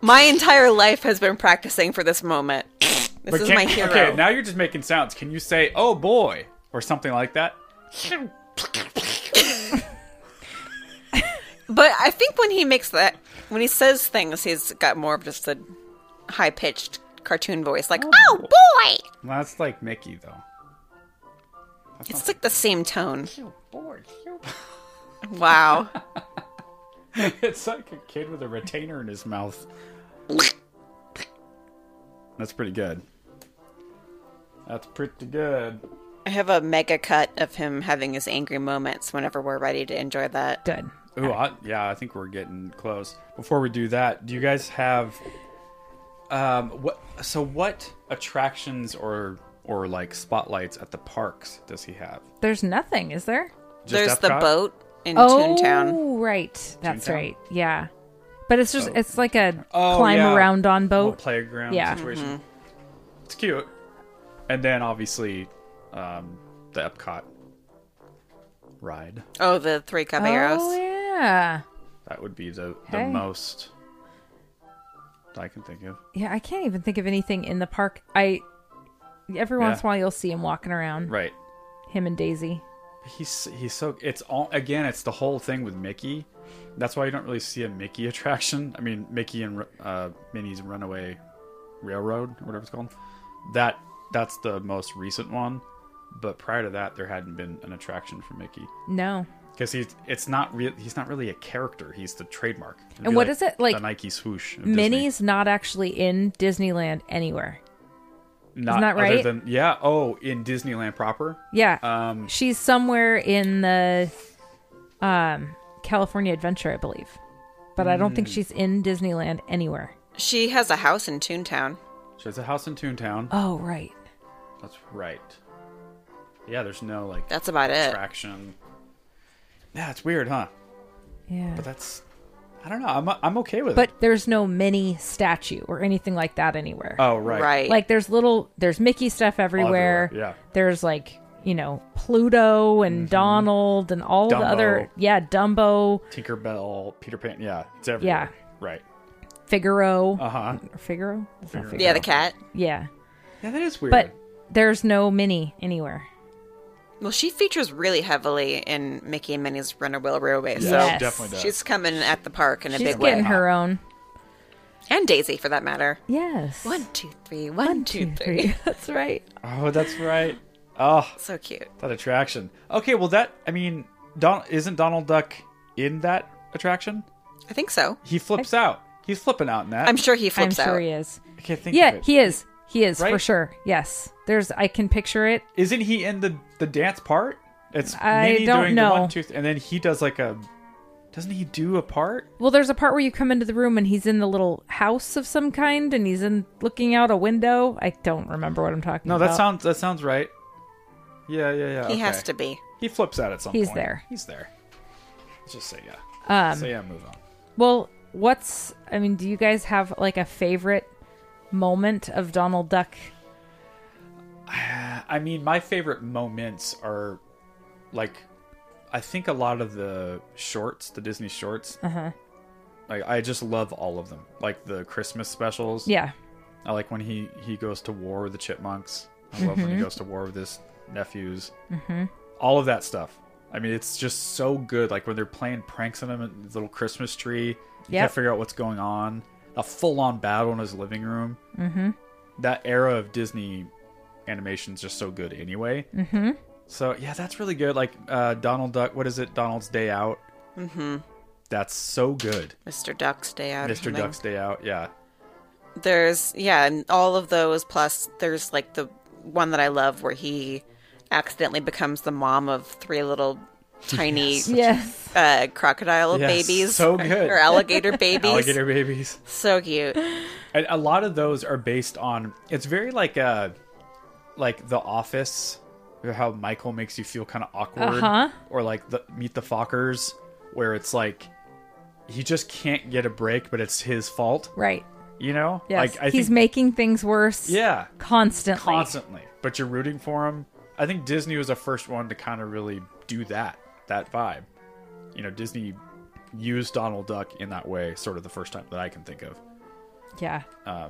[SPEAKER 3] my entire life has been practicing for this moment. This
[SPEAKER 2] But
[SPEAKER 3] is
[SPEAKER 2] can't-
[SPEAKER 3] my hero.
[SPEAKER 2] Okay, now you're just making sounds. Can you say "oh boy" or something like that?
[SPEAKER 3] But I think when he makes that, when he says things, he's got more of just a high pitched cartoon voice, like "Oh boy."
[SPEAKER 2] Well, that's like Mickey though.
[SPEAKER 3] It's like the same tone. Wow.
[SPEAKER 2] it's like a kid with a retainer in his mouth. That's pretty good. That's pretty good.
[SPEAKER 3] I have a mega cut of him having his angry moments whenever we're ready to enjoy that.
[SPEAKER 1] Good.
[SPEAKER 2] Ooh, I, yeah, I think we're getting close. Before we do that, do you guys have um what so what attractions or or like spotlights at the parks does he have?
[SPEAKER 1] There's nothing, is there?
[SPEAKER 2] Just
[SPEAKER 3] There's the
[SPEAKER 2] Epcot?
[SPEAKER 3] boat in
[SPEAKER 1] Oh,
[SPEAKER 3] Toontown.
[SPEAKER 1] right. That's
[SPEAKER 2] Toontown?
[SPEAKER 1] right. Yeah. But it's just it's like a
[SPEAKER 2] Oh,
[SPEAKER 1] climb
[SPEAKER 2] yeah.
[SPEAKER 1] around on
[SPEAKER 2] Little
[SPEAKER 1] boat.
[SPEAKER 2] playground
[SPEAKER 1] Yeah.
[SPEAKER 2] situation.
[SPEAKER 3] Mm-hmm.
[SPEAKER 2] It's cute. And then obviously um the Epcot ride.
[SPEAKER 3] Oh, the three caballeros.
[SPEAKER 1] Oh yeah.
[SPEAKER 2] That would be the, the
[SPEAKER 1] Hey.
[SPEAKER 2] most that I can think of.
[SPEAKER 1] Yeah, I can't even think of anything in the park. I every once
[SPEAKER 2] Yeah.
[SPEAKER 1] in a while you'll see him walking around.
[SPEAKER 2] Right.
[SPEAKER 1] Him and Daisy.
[SPEAKER 2] He's he's so it's all again. It's the whole thing with Mickey. That's why you don't really see a Mickey attraction. I mean, Mickey and uh, Minnie's Runaway Railroad, or whatever it's called. That that's the most recent one. But prior to that, there hadn't been an attraction for Mickey
[SPEAKER 1] No.
[SPEAKER 2] because he's it's not real. He's not really a character. He's the trademark. It'd
[SPEAKER 1] And
[SPEAKER 2] be
[SPEAKER 1] what is it, like,
[SPEAKER 2] the Nike swoosh? of Disney.
[SPEAKER 1] Minnie's not actually in Disneyland anywhere.
[SPEAKER 2] not
[SPEAKER 1] that
[SPEAKER 2] other
[SPEAKER 1] right?
[SPEAKER 2] than- yeah. Oh, in Disneyland proper.
[SPEAKER 1] Yeah.
[SPEAKER 2] Um,
[SPEAKER 1] She's somewhere in the um California Adventure, I believe. But I don't think
[SPEAKER 2] Hmm.
[SPEAKER 1] she's in Disneyland anywhere.
[SPEAKER 3] She has a house in Toontown.
[SPEAKER 2] she has a house in Toontown.
[SPEAKER 1] Oh, right.
[SPEAKER 2] That's right. Yeah, there's no like
[SPEAKER 3] That's about
[SPEAKER 1] Eh.
[SPEAKER 3] it.
[SPEAKER 2] traction. Yeah, it's weird, huh?
[SPEAKER 1] Yeah.
[SPEAKER 2] But that's I don't know. I'm I'm okay with it.
[SPEAKER 1] but there's no mini statue or anything like that anywhere.
[SPEAKER 2] Oh right,
[SPEAKER 3] Right.
[SPEAKER 1] Like there's little there's Mickey stuff everywhere.
[SPEAKER 2] Everywhere, yeah. Mm-hmm.
[SPEAKER 1] There's like, you know, Pluto and Donald and all the other
[SPEAKER 2] Dumbo.
[SPEAKER 1] yeah, Dumbo,
[SPEAKER 2] Tinkerbell, Peter Pan. Yeah, it's everywhere. Yeah. Right.
[SPEAKER 1] Figaro.
[SPEAKER 2] Uh huh.
[SPEAKER 1] Or Figaro? It's not Figaro.
[SPEAKER 3] yeah, the cat.
[SPEAKER 1] Yeah.
[SPEAKER 2] Yeah, that is weird.
[SPEAKER 1] But there's no mini anywhere.
[SPEAKER 3] Well, she features really heavily in Mickey and Minnie's Runaway Railway.
[SPEAKER 2] yeah,
[SPEAKER 1] Yes.
[SPEAKER 2] it definitely does.
[SPEAKER 3] She's coming at the park in a
[SPEAKER 1] She's
[SPEAKER 3] big
[SPEAKER 1] getting
[SPEAKER 3] way.
[SPEAKER 1] her own.
[SPEAKER 3] And Daisy, for that matter.
[SPEAKER 1] Yes.
[SPEAKER 3] One, two, three. One, two, three.
[SPEAKER 1] That's right.
[SPEAKER 2] Oh, that's right. Oh,
[SPEAKER 3] So cute.
[SPEAKER 2] that attraction. Okay, well that I mean, Don isn't Donald Duck in that attraction?
[SPEAKER 3] I think so.
[SPEAKER 2] He flips out. He's flipping out in that.
[SPEAKER 3] I'm sure he
[SPEAKER 1] I'm
[SPEAKER 3] flips
[SPEAKER 1] sure
[SPEAKER 3] out.
[SPEAKER 1] he is.
[SPEAKER 2] I can't think of
[SPEAKER 1] Yeah,
[SPEAKER 2] it.
[SPEAKER 1] he is. He is for
[SPEAKER 2] Right?
[SPEAKER 1] sure. Yes. There's I can picture it.
[SPEAKER 2] Isn't he in the the dance part? It's
[SPEAKER 1] I
[SPEAKER 2] Minnie
[SPEAKER 1] don't
[SPEAKER 2] doing
[SPEAKER 1] know.
[SPEAKER 2] the one, two, th- and then he does like a. Doesn't he do a part?
[SPEAKER 1] Well, there's a part where you come into the room and he's in the little house of some kind and he's in looking out a window. I don't remember what I'm talking
[SPEAKER 2] No,
[SPEAKER 1] about.
[SPEAKER 2] Oh, that sounds that sounds right. Yeah, yeah, yeah.
[SPEAKER 3] He has
[SPEAKER 2] okay.
[SPEAKER 3] to be.
[SPEAKER 2] He flips out at some
[SPEAKER 1] He's
[SPEAKER 2] point.
[SPEAKER 1] there.
[SPEAKER 2] He's there. Let's just say yeah.
[SPEAKER 1] Um,
[SPEAKER 2] say yeah. Move on.
[SPEAKER 1] Well, what's I mean, do you guys have like a favorite moment of Donald Duck?
[SPEAKER 2] I mean, my favorite moments are like I think a lot of the shorts, the Disney shorts.
[SPEAKER 1] Uh-huh.
[SPEAKER 2] Like I just love all of them. Like the Christmas specials.
[SPEAKER 1] Yeah.
[SPEAKER 2] I like when he he goes to war with the chipmunks. I love when he goes to war with his nephews. Mm-hmm. All of that stuff. I mean, it's just so good. Like when they're playing pranks on him at his little Christmas tree. You
[SPEAKER 1] Yep.
[SPEAKER 2] can't figure out what's going on. A full on battle in his living room. Mm-hmm. That era of Disney animation is just so good anyway. Mm-hmm. So yeah, that's really good. Like uh, Donald Duck. What is it? Donald's Day Out. Mm-hmm. That's so good.
[SPEAKER 3] Mr. Duck's Day Out. or
[SPEAKER 2] Mr.
[SPEAKER 3] something.
[SPEAKER 2] Duck's Day Out. Yeah.
[SPEAKER 3] There's, yeah, and all of those, plus there's like the one that I love where he accidentally becomes the mom of three little tiny
[SPEAKER 1] Yes.
[SPEAKER 3] uh, crocodile
[SPEAKER 2] Yes,
[SPEAKER 3] babies.
[SPEAKER 2] so good.
[SPEAKER 3] Or alligator babies.
[SPEAKER 2] Alligator babies.
[SPEAKER 3] So cute.
[SPEAKER 2] And a lot of those are based on. It's very like a, like The Office, or how Michael makes you feel kind of awkward,
[SPEAKER 1] Uh-huh.
[SPEAKER 2] or like the Meet the Fockers, where it's like he just can't get a break, but it's his fault.
[SPEAKER 1] Right.
[SPEAKER 2] You know,
[SPEAKER 1] Yes.
[SPEAKER 2] like I
[SPEAKER 1] He's
[SPEAKER 2] think,
[SPEAKER 1] making things worse
[SPEAKER 2] yeah,
[SPEAKER 1] constantly.
[SPEAKER 2] constantly. But you're rooting for him. I think Disney was the first one to kind of really do that, that vibe. You know, Disney used Donald Duck in that way, sort of the first time that I can think of.
[SPEAKER 1] yeah.
[SPEAKER 2] Uh,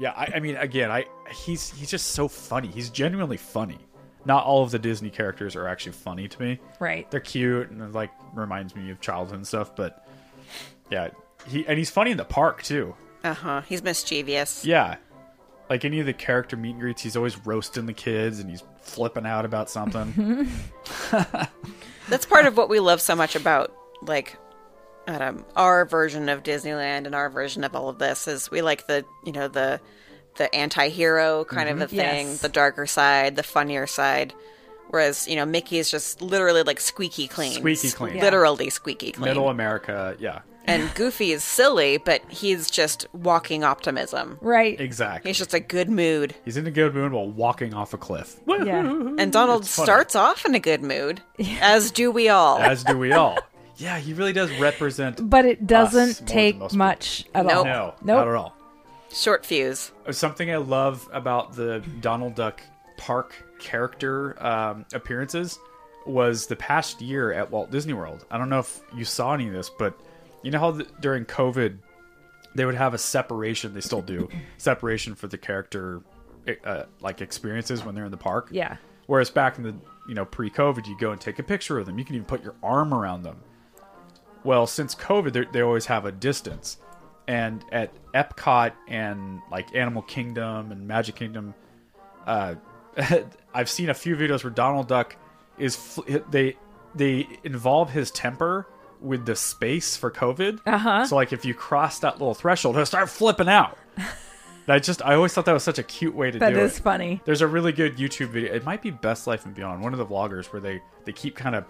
[SPEAKER 2] Yeah, I, I mean, again, I he's he's just so funny. He's genuinely funny. Not all of the Disney characters are actually funny to me.
[SPEAKER 1] Right.
[SPEAKER 2] They're cute and it, like reminds me of childhood and stuff. But yeah, he and he's funny in the park too.
[SPEAKER 3] Uh huh. He's mischievous.
[SPEAKER 2] Yeah. Like any of the character meet and greets, he's always roasting the kids and he's flipping out about something.
[SPEAKER 3] That's part of what we love so much about like um, our version of Disneyland and our version of all of this is we like the you know the the anti-hero kind of a
[SPEAKER 2] Mm-hmm.
[SPEAKER 3] thing,
[SPEAKER 1] Yes.
[SPEAKER 3] the darker side, the funnier side. Whereas you know Mickey is just literally like squeaky clean,
[SPEAKER 2] Squeaky clean. Yeah.
[SPEAKER 3] literally squeaky clean.
[SPEAKER 2] Middle America, yeah.
[SPEAKER 3] And Goofy is silly, but he's just walking optimism.
[SPEAKER 1] Right.
[SPEAKER 2] Exactly.
[SPEAKER 3] He's just a good mood.
[SPEAKER 2] He's in a good mood while walking off a cliff.
[SPEAKER 1] Yeah.
[SPEAKER 3] And Donald
[SPEAKER 2] It's funny.
[SPEAKER 3] starts off in a good mood, as do we all.
[SPEAKER 2] As do we all. Yeah, he really does represent
[SPEAKER 1] But it
[SPEAKER 2] more
[SPEAKER 1] doesn't
[SPEAKER 2] than most
[SPEAKER 1] take
[SPEAKER 2] people.
[SPEAKER 1] much at
[SPEAKER 3] Nope.
[SPEAKER 1] all.
[SPEAKER 2] no,
[SPEAKER 1] Nope.
[SPEAKER 2] not at all.
[SPEAKER 3] Short fuse.
[SPEAKER 2] Something I love about the Donald Duck park character um, appearances was the past year at Walt Disney World. I don't know if you saw any of this, but you know how th during COVID they would have a separation. They still do separation for the character uh, like experiences when they're in the park.
[SPEAKER 1] Yeah.
[SPEAKER 2] Whereas back in the you know pre-COVID, you go and take a picture of them. You can even put your arm around them. Well, since COVID, they- they always have a distance, and at Epcot and like Animal Kingdom and Magic Kingdom, uh, I've seen a few videos where Donald Duck is fl- they they involve his temper with the space for COVID. Uh-huh. So like if you cross that little threshold, he'll start flipping out. I just I always thought that was such a cute way to
[SPEAKER 1] That
[SPEAKER 2] do
[SPEAKER 1] is
[SPEAKER 2] it.
[SPEAKER 1] funny.
[SPEAKER 2] There's a really good YouTube video. It might be Best Life and Beyond, one of the vloggers where they they keep kind of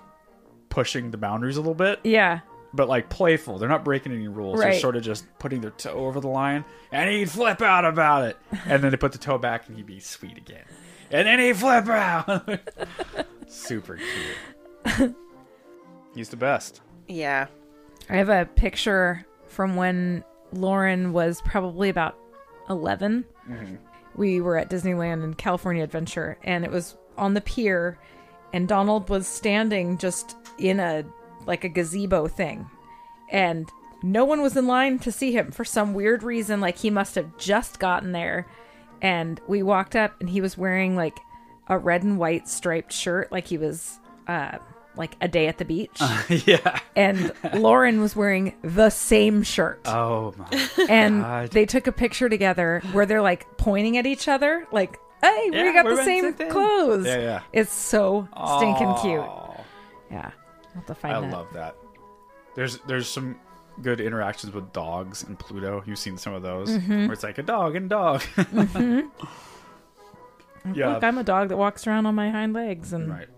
[SPEAKER 2] pushing the boundaries a little bit,
[SPEAKER 1] Yeah.
[SPEAKER 2] but like playful. They're not breaking any rules. They're
[SPEAKER 1] Right.
[SPEAKER 2] sort of just putting their toe over the line, and he'd flip out about it, and then they put the toe back, and he'd be sweet again, and then he'd flip out. Super cute. He's the best.
[SPEAKER 3] Yeah.
[SPEAKER 1] I have a picture from when Lauren was probably about 11. We were at Disneyland in California Adventure, and it was on the pier, and Donald was standing just in a like a gazebo thing, and no one was in line to see him for some weird reason. Like he must have just gotten there, and we walked up, and he was wearing like a red and white striped shirt, like he was uh, like a day at the beach
[SPEAKER 2] yeah.
[SPEAKER 1] and Lauren was wearing the same shirt.
[SPEAKER 2] Oh my.
[SPEAKER 1] and
[SPEAKER 2] God.
[SPEAKER 1] they took a picture together where they're like pointing at each other, like, hey, we
[SPEAKER 2] Yeah,
[SPEAKER 1] got
[SPEAKER 2] we're
[SPEAKER 1] the
[SPEAKER 2] wearing
[SPEAKER 1] same
[SPEAKER 2] the same thing."
[SPEAKER 1] clothes.
[SPEAKER 2] Yeah, yeah.
[SPEAKER 1] It's so stinking cute.
[SPEAKER 2] Aw.
[SPEAKER 1] Yeah. I'll have to find
[SPEAKER 2] I
[SPEAKER 1] that.
[SPEAKER 2] love that. There's there's some good interactions with dogs and Pluto. You've seen some of those
[SPEAKER 1] Mm-hmm.
[SPEAKER 2] where it's like a dog and dog. yeah,
[SPEAKER 1] Look, I'm a dog that walks around on my hind legs and
[SPEAKER 2] right.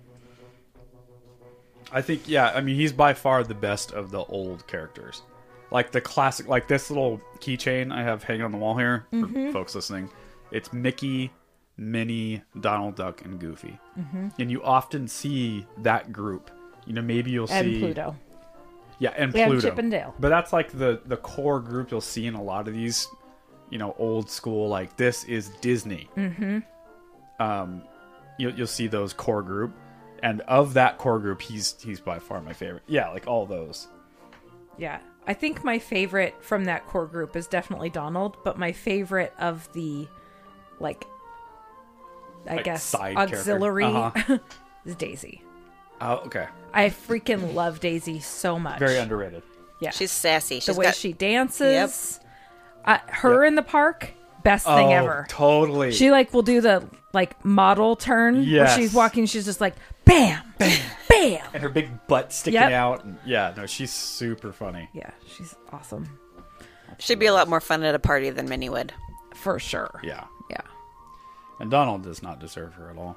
[SPEAKER 2] I think yeah. I mean, he's by far the best of the old characters. Like the classic, like this little keychain I have hanging on the wall here for
[SPEAKER 1] Mm-hmm.
[SPEAKER 2] folks listening. It's Mickey, Minnie, Donald Duck, and Goofy,
[SPEAKER 1] Mm-hmm.
[SPEAKER 2] and you often see that group. You know, maybe you'll
[SPEAKER 1] and
[SPEAKER 2] see
[SPEAKER 1] Pluto.
[SPEAKER 2] yeah, and
[SPEAKER 1] And
[SPEAKER 2] Pluto.
[SPEAKER 1] Chip and Dale.
[SPEAKER 2] But that's like the the core group you'll see in a lot of these, you know, old school. Like this is Disney. Mm-hmm. Um, you'll you'll see those core group, and of that core group, he's he's by far my favorite. Yeah, like all those.
[SPEAKER 1] Yeah. I think my favorite from that core group is definitely Donald, but my favorite of the like I
[SPEAKER 2] Like,
[SPEAKER 1] guess
[SPEAKER 2] side character.
[SPEAKER 1] auxiliary
[SPEAKER 2] Uh-huh.
[SPEAKER 1] is Daisy.
[SPEAKER 2] Oh, okay.
[SPEAKER 1] I freaking love Daisy so much.
[SPEAKER 2] Very underrated.
[SPEAKER 1] Yeah.
[SPEAKER 3] She's sassy.
[SPEAKER 1] the
[SPEAKER 3] She's
[SPEAKER 1] way
[SPEAKER 3] got,
[SPEAKER 1] she dances. Uh, her in the park, best thing
[SPEAKER 2] oh,
[SPEAKER 1] ever.
[SPEAKER 2] Totally.
[SPEAKER 1] she like will do the like model turn
[SPEAKER 2] Yes.
[SPEAKER 1] where she's walking. She's just like bam, bam, bam.
[SPEAKER 2] and her big butt sticking
[SPEAKER 1] Yep.
[SPEAKER 2] out. And, yeah, no, she's super funny.
[SPEAKER 1] Yeah, she's awesome
[SPEAKER 3] she'd be a lot more fun at a party than Minnie would.
[SPEAKER 1] for sure.
[SPEAKER 2] Yeah,
[SPEAKER 1] yeah.
[SPEAKER 2] and Donald does not deserve her at all.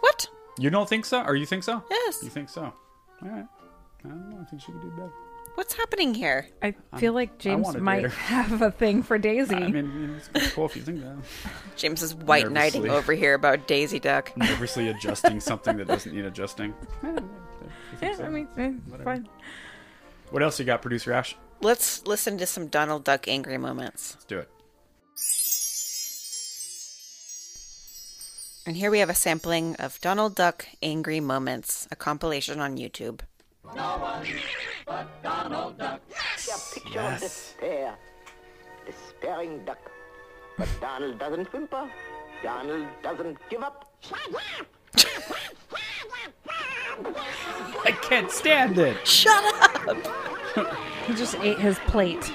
[SPEAKER 3] What?
[SPEAKER 2] You don't think so, or you think so?
[SPEAKER 3] Yes.
[SPEAKER 2] You think so? All right. I don't know. I think she could do better.
[SPEAKER 3] What's happening here?
[SPEAKER 1] I feel like James
[SPEAKER 2] want a
[SPEAKER 1] might
[SPEAKER 2] date.
[SPEAKER 1] have a thing for Daisy.
[SPEAKER 2] I mean, you know, it's kinda cool if you think that.
[SPEAKER 3] James is white knighting
[SPEAKER 2] Nervously.
[SPEAKER 3] over here about Daisy Duck.
[SPEAKER 2] Nervously adjusting something that doesn't need adjusting.
[SPEAKER 1] yeah, I mean, eh, fine.
[SPEAKER 2] What else you got, producer Ash?
[SPEAKER 3] Let's listen to some Donald Duck angry moments.
[SPEAKER 2] Let's do it.
[SPEAKER 3] And here we have a sampling of Donald Duck angry moments, a compilation on YouTube.
[SPEAKER 5] Yeah, picture of despair. Despairing duck. But Donald doesn't whimper. Donald doesn't give up.
[SPEAKER 4] I can't stand it.
[SPEAKER 1] He just ate his plate.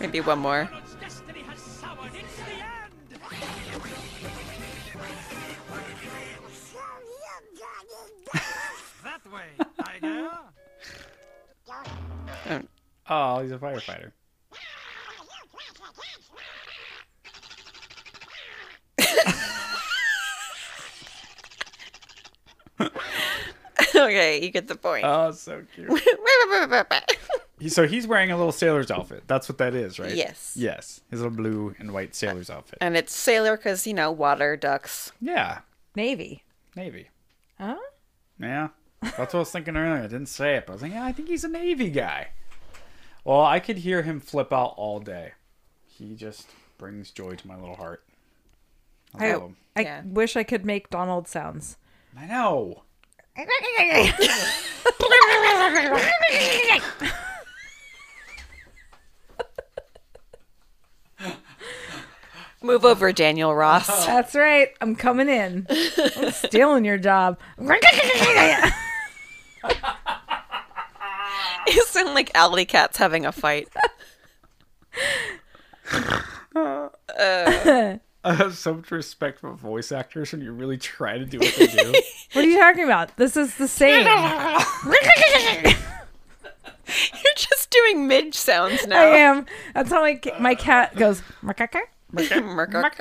[SPEAKER 3] Maybe one more.
[SPEAKER 4] Oh, he's a firefighter.
[SPEAKER 3] okay, you get the point.
[SPEAKER 1] Uh.
[SPEAKER 2] Oh, so cute. He- so he's wearing a little sailor's outfit. That's what that is, right?
[SPEAKER 3] Yes.
[SPEAKER 2] Yes. His little blue and white sailor's
[SPEAKER 1] Uh,
[SPEAKER 2] outfit.
[SPEAKER 3] and it's sailor because, you know, water, ducks.
[SPEAKER 2] Yeah.
[SPEAKER 1] Navy.
[SPEAKER 2] Navy.
[SPEAKER 1] Huh?
[SPEAKER 2] Yeah. That's what I was thinking earlier. I didn't say it, but I was like, yeah, I think he's a Navy guy. Well, I could hear him flip out all day. He just brings joy to my little heart. I
[SPEAKER 1] I,
[SPEAKER 2] love him.
[SPEAKER 1] I
[SPEAKER 3] Yeah.
[SPEAKER 1] wish I could make Donald sounds.
[SPEAKER 2] I know.
[SPEAKER 3] Move over, Daniel Ross.
[SPEAKER 1] That's right. I'm coming in. I'm stealing your job.
[SPEAKER 3] you sound like alley cats having a fight.
[SPEAKER 2] I have so much respect for voice actors when you really try to do what they do.
[SPEAKER 1] What are you talking about? This is the same.
[SPEAKER 3] You're just doing midge sounds
[SPEAKER 1] I
[SPEAKER 3] now.
[SPEAKER 1] am. That's how my ca- my cat goes.
[SPEAKER 3] Merker.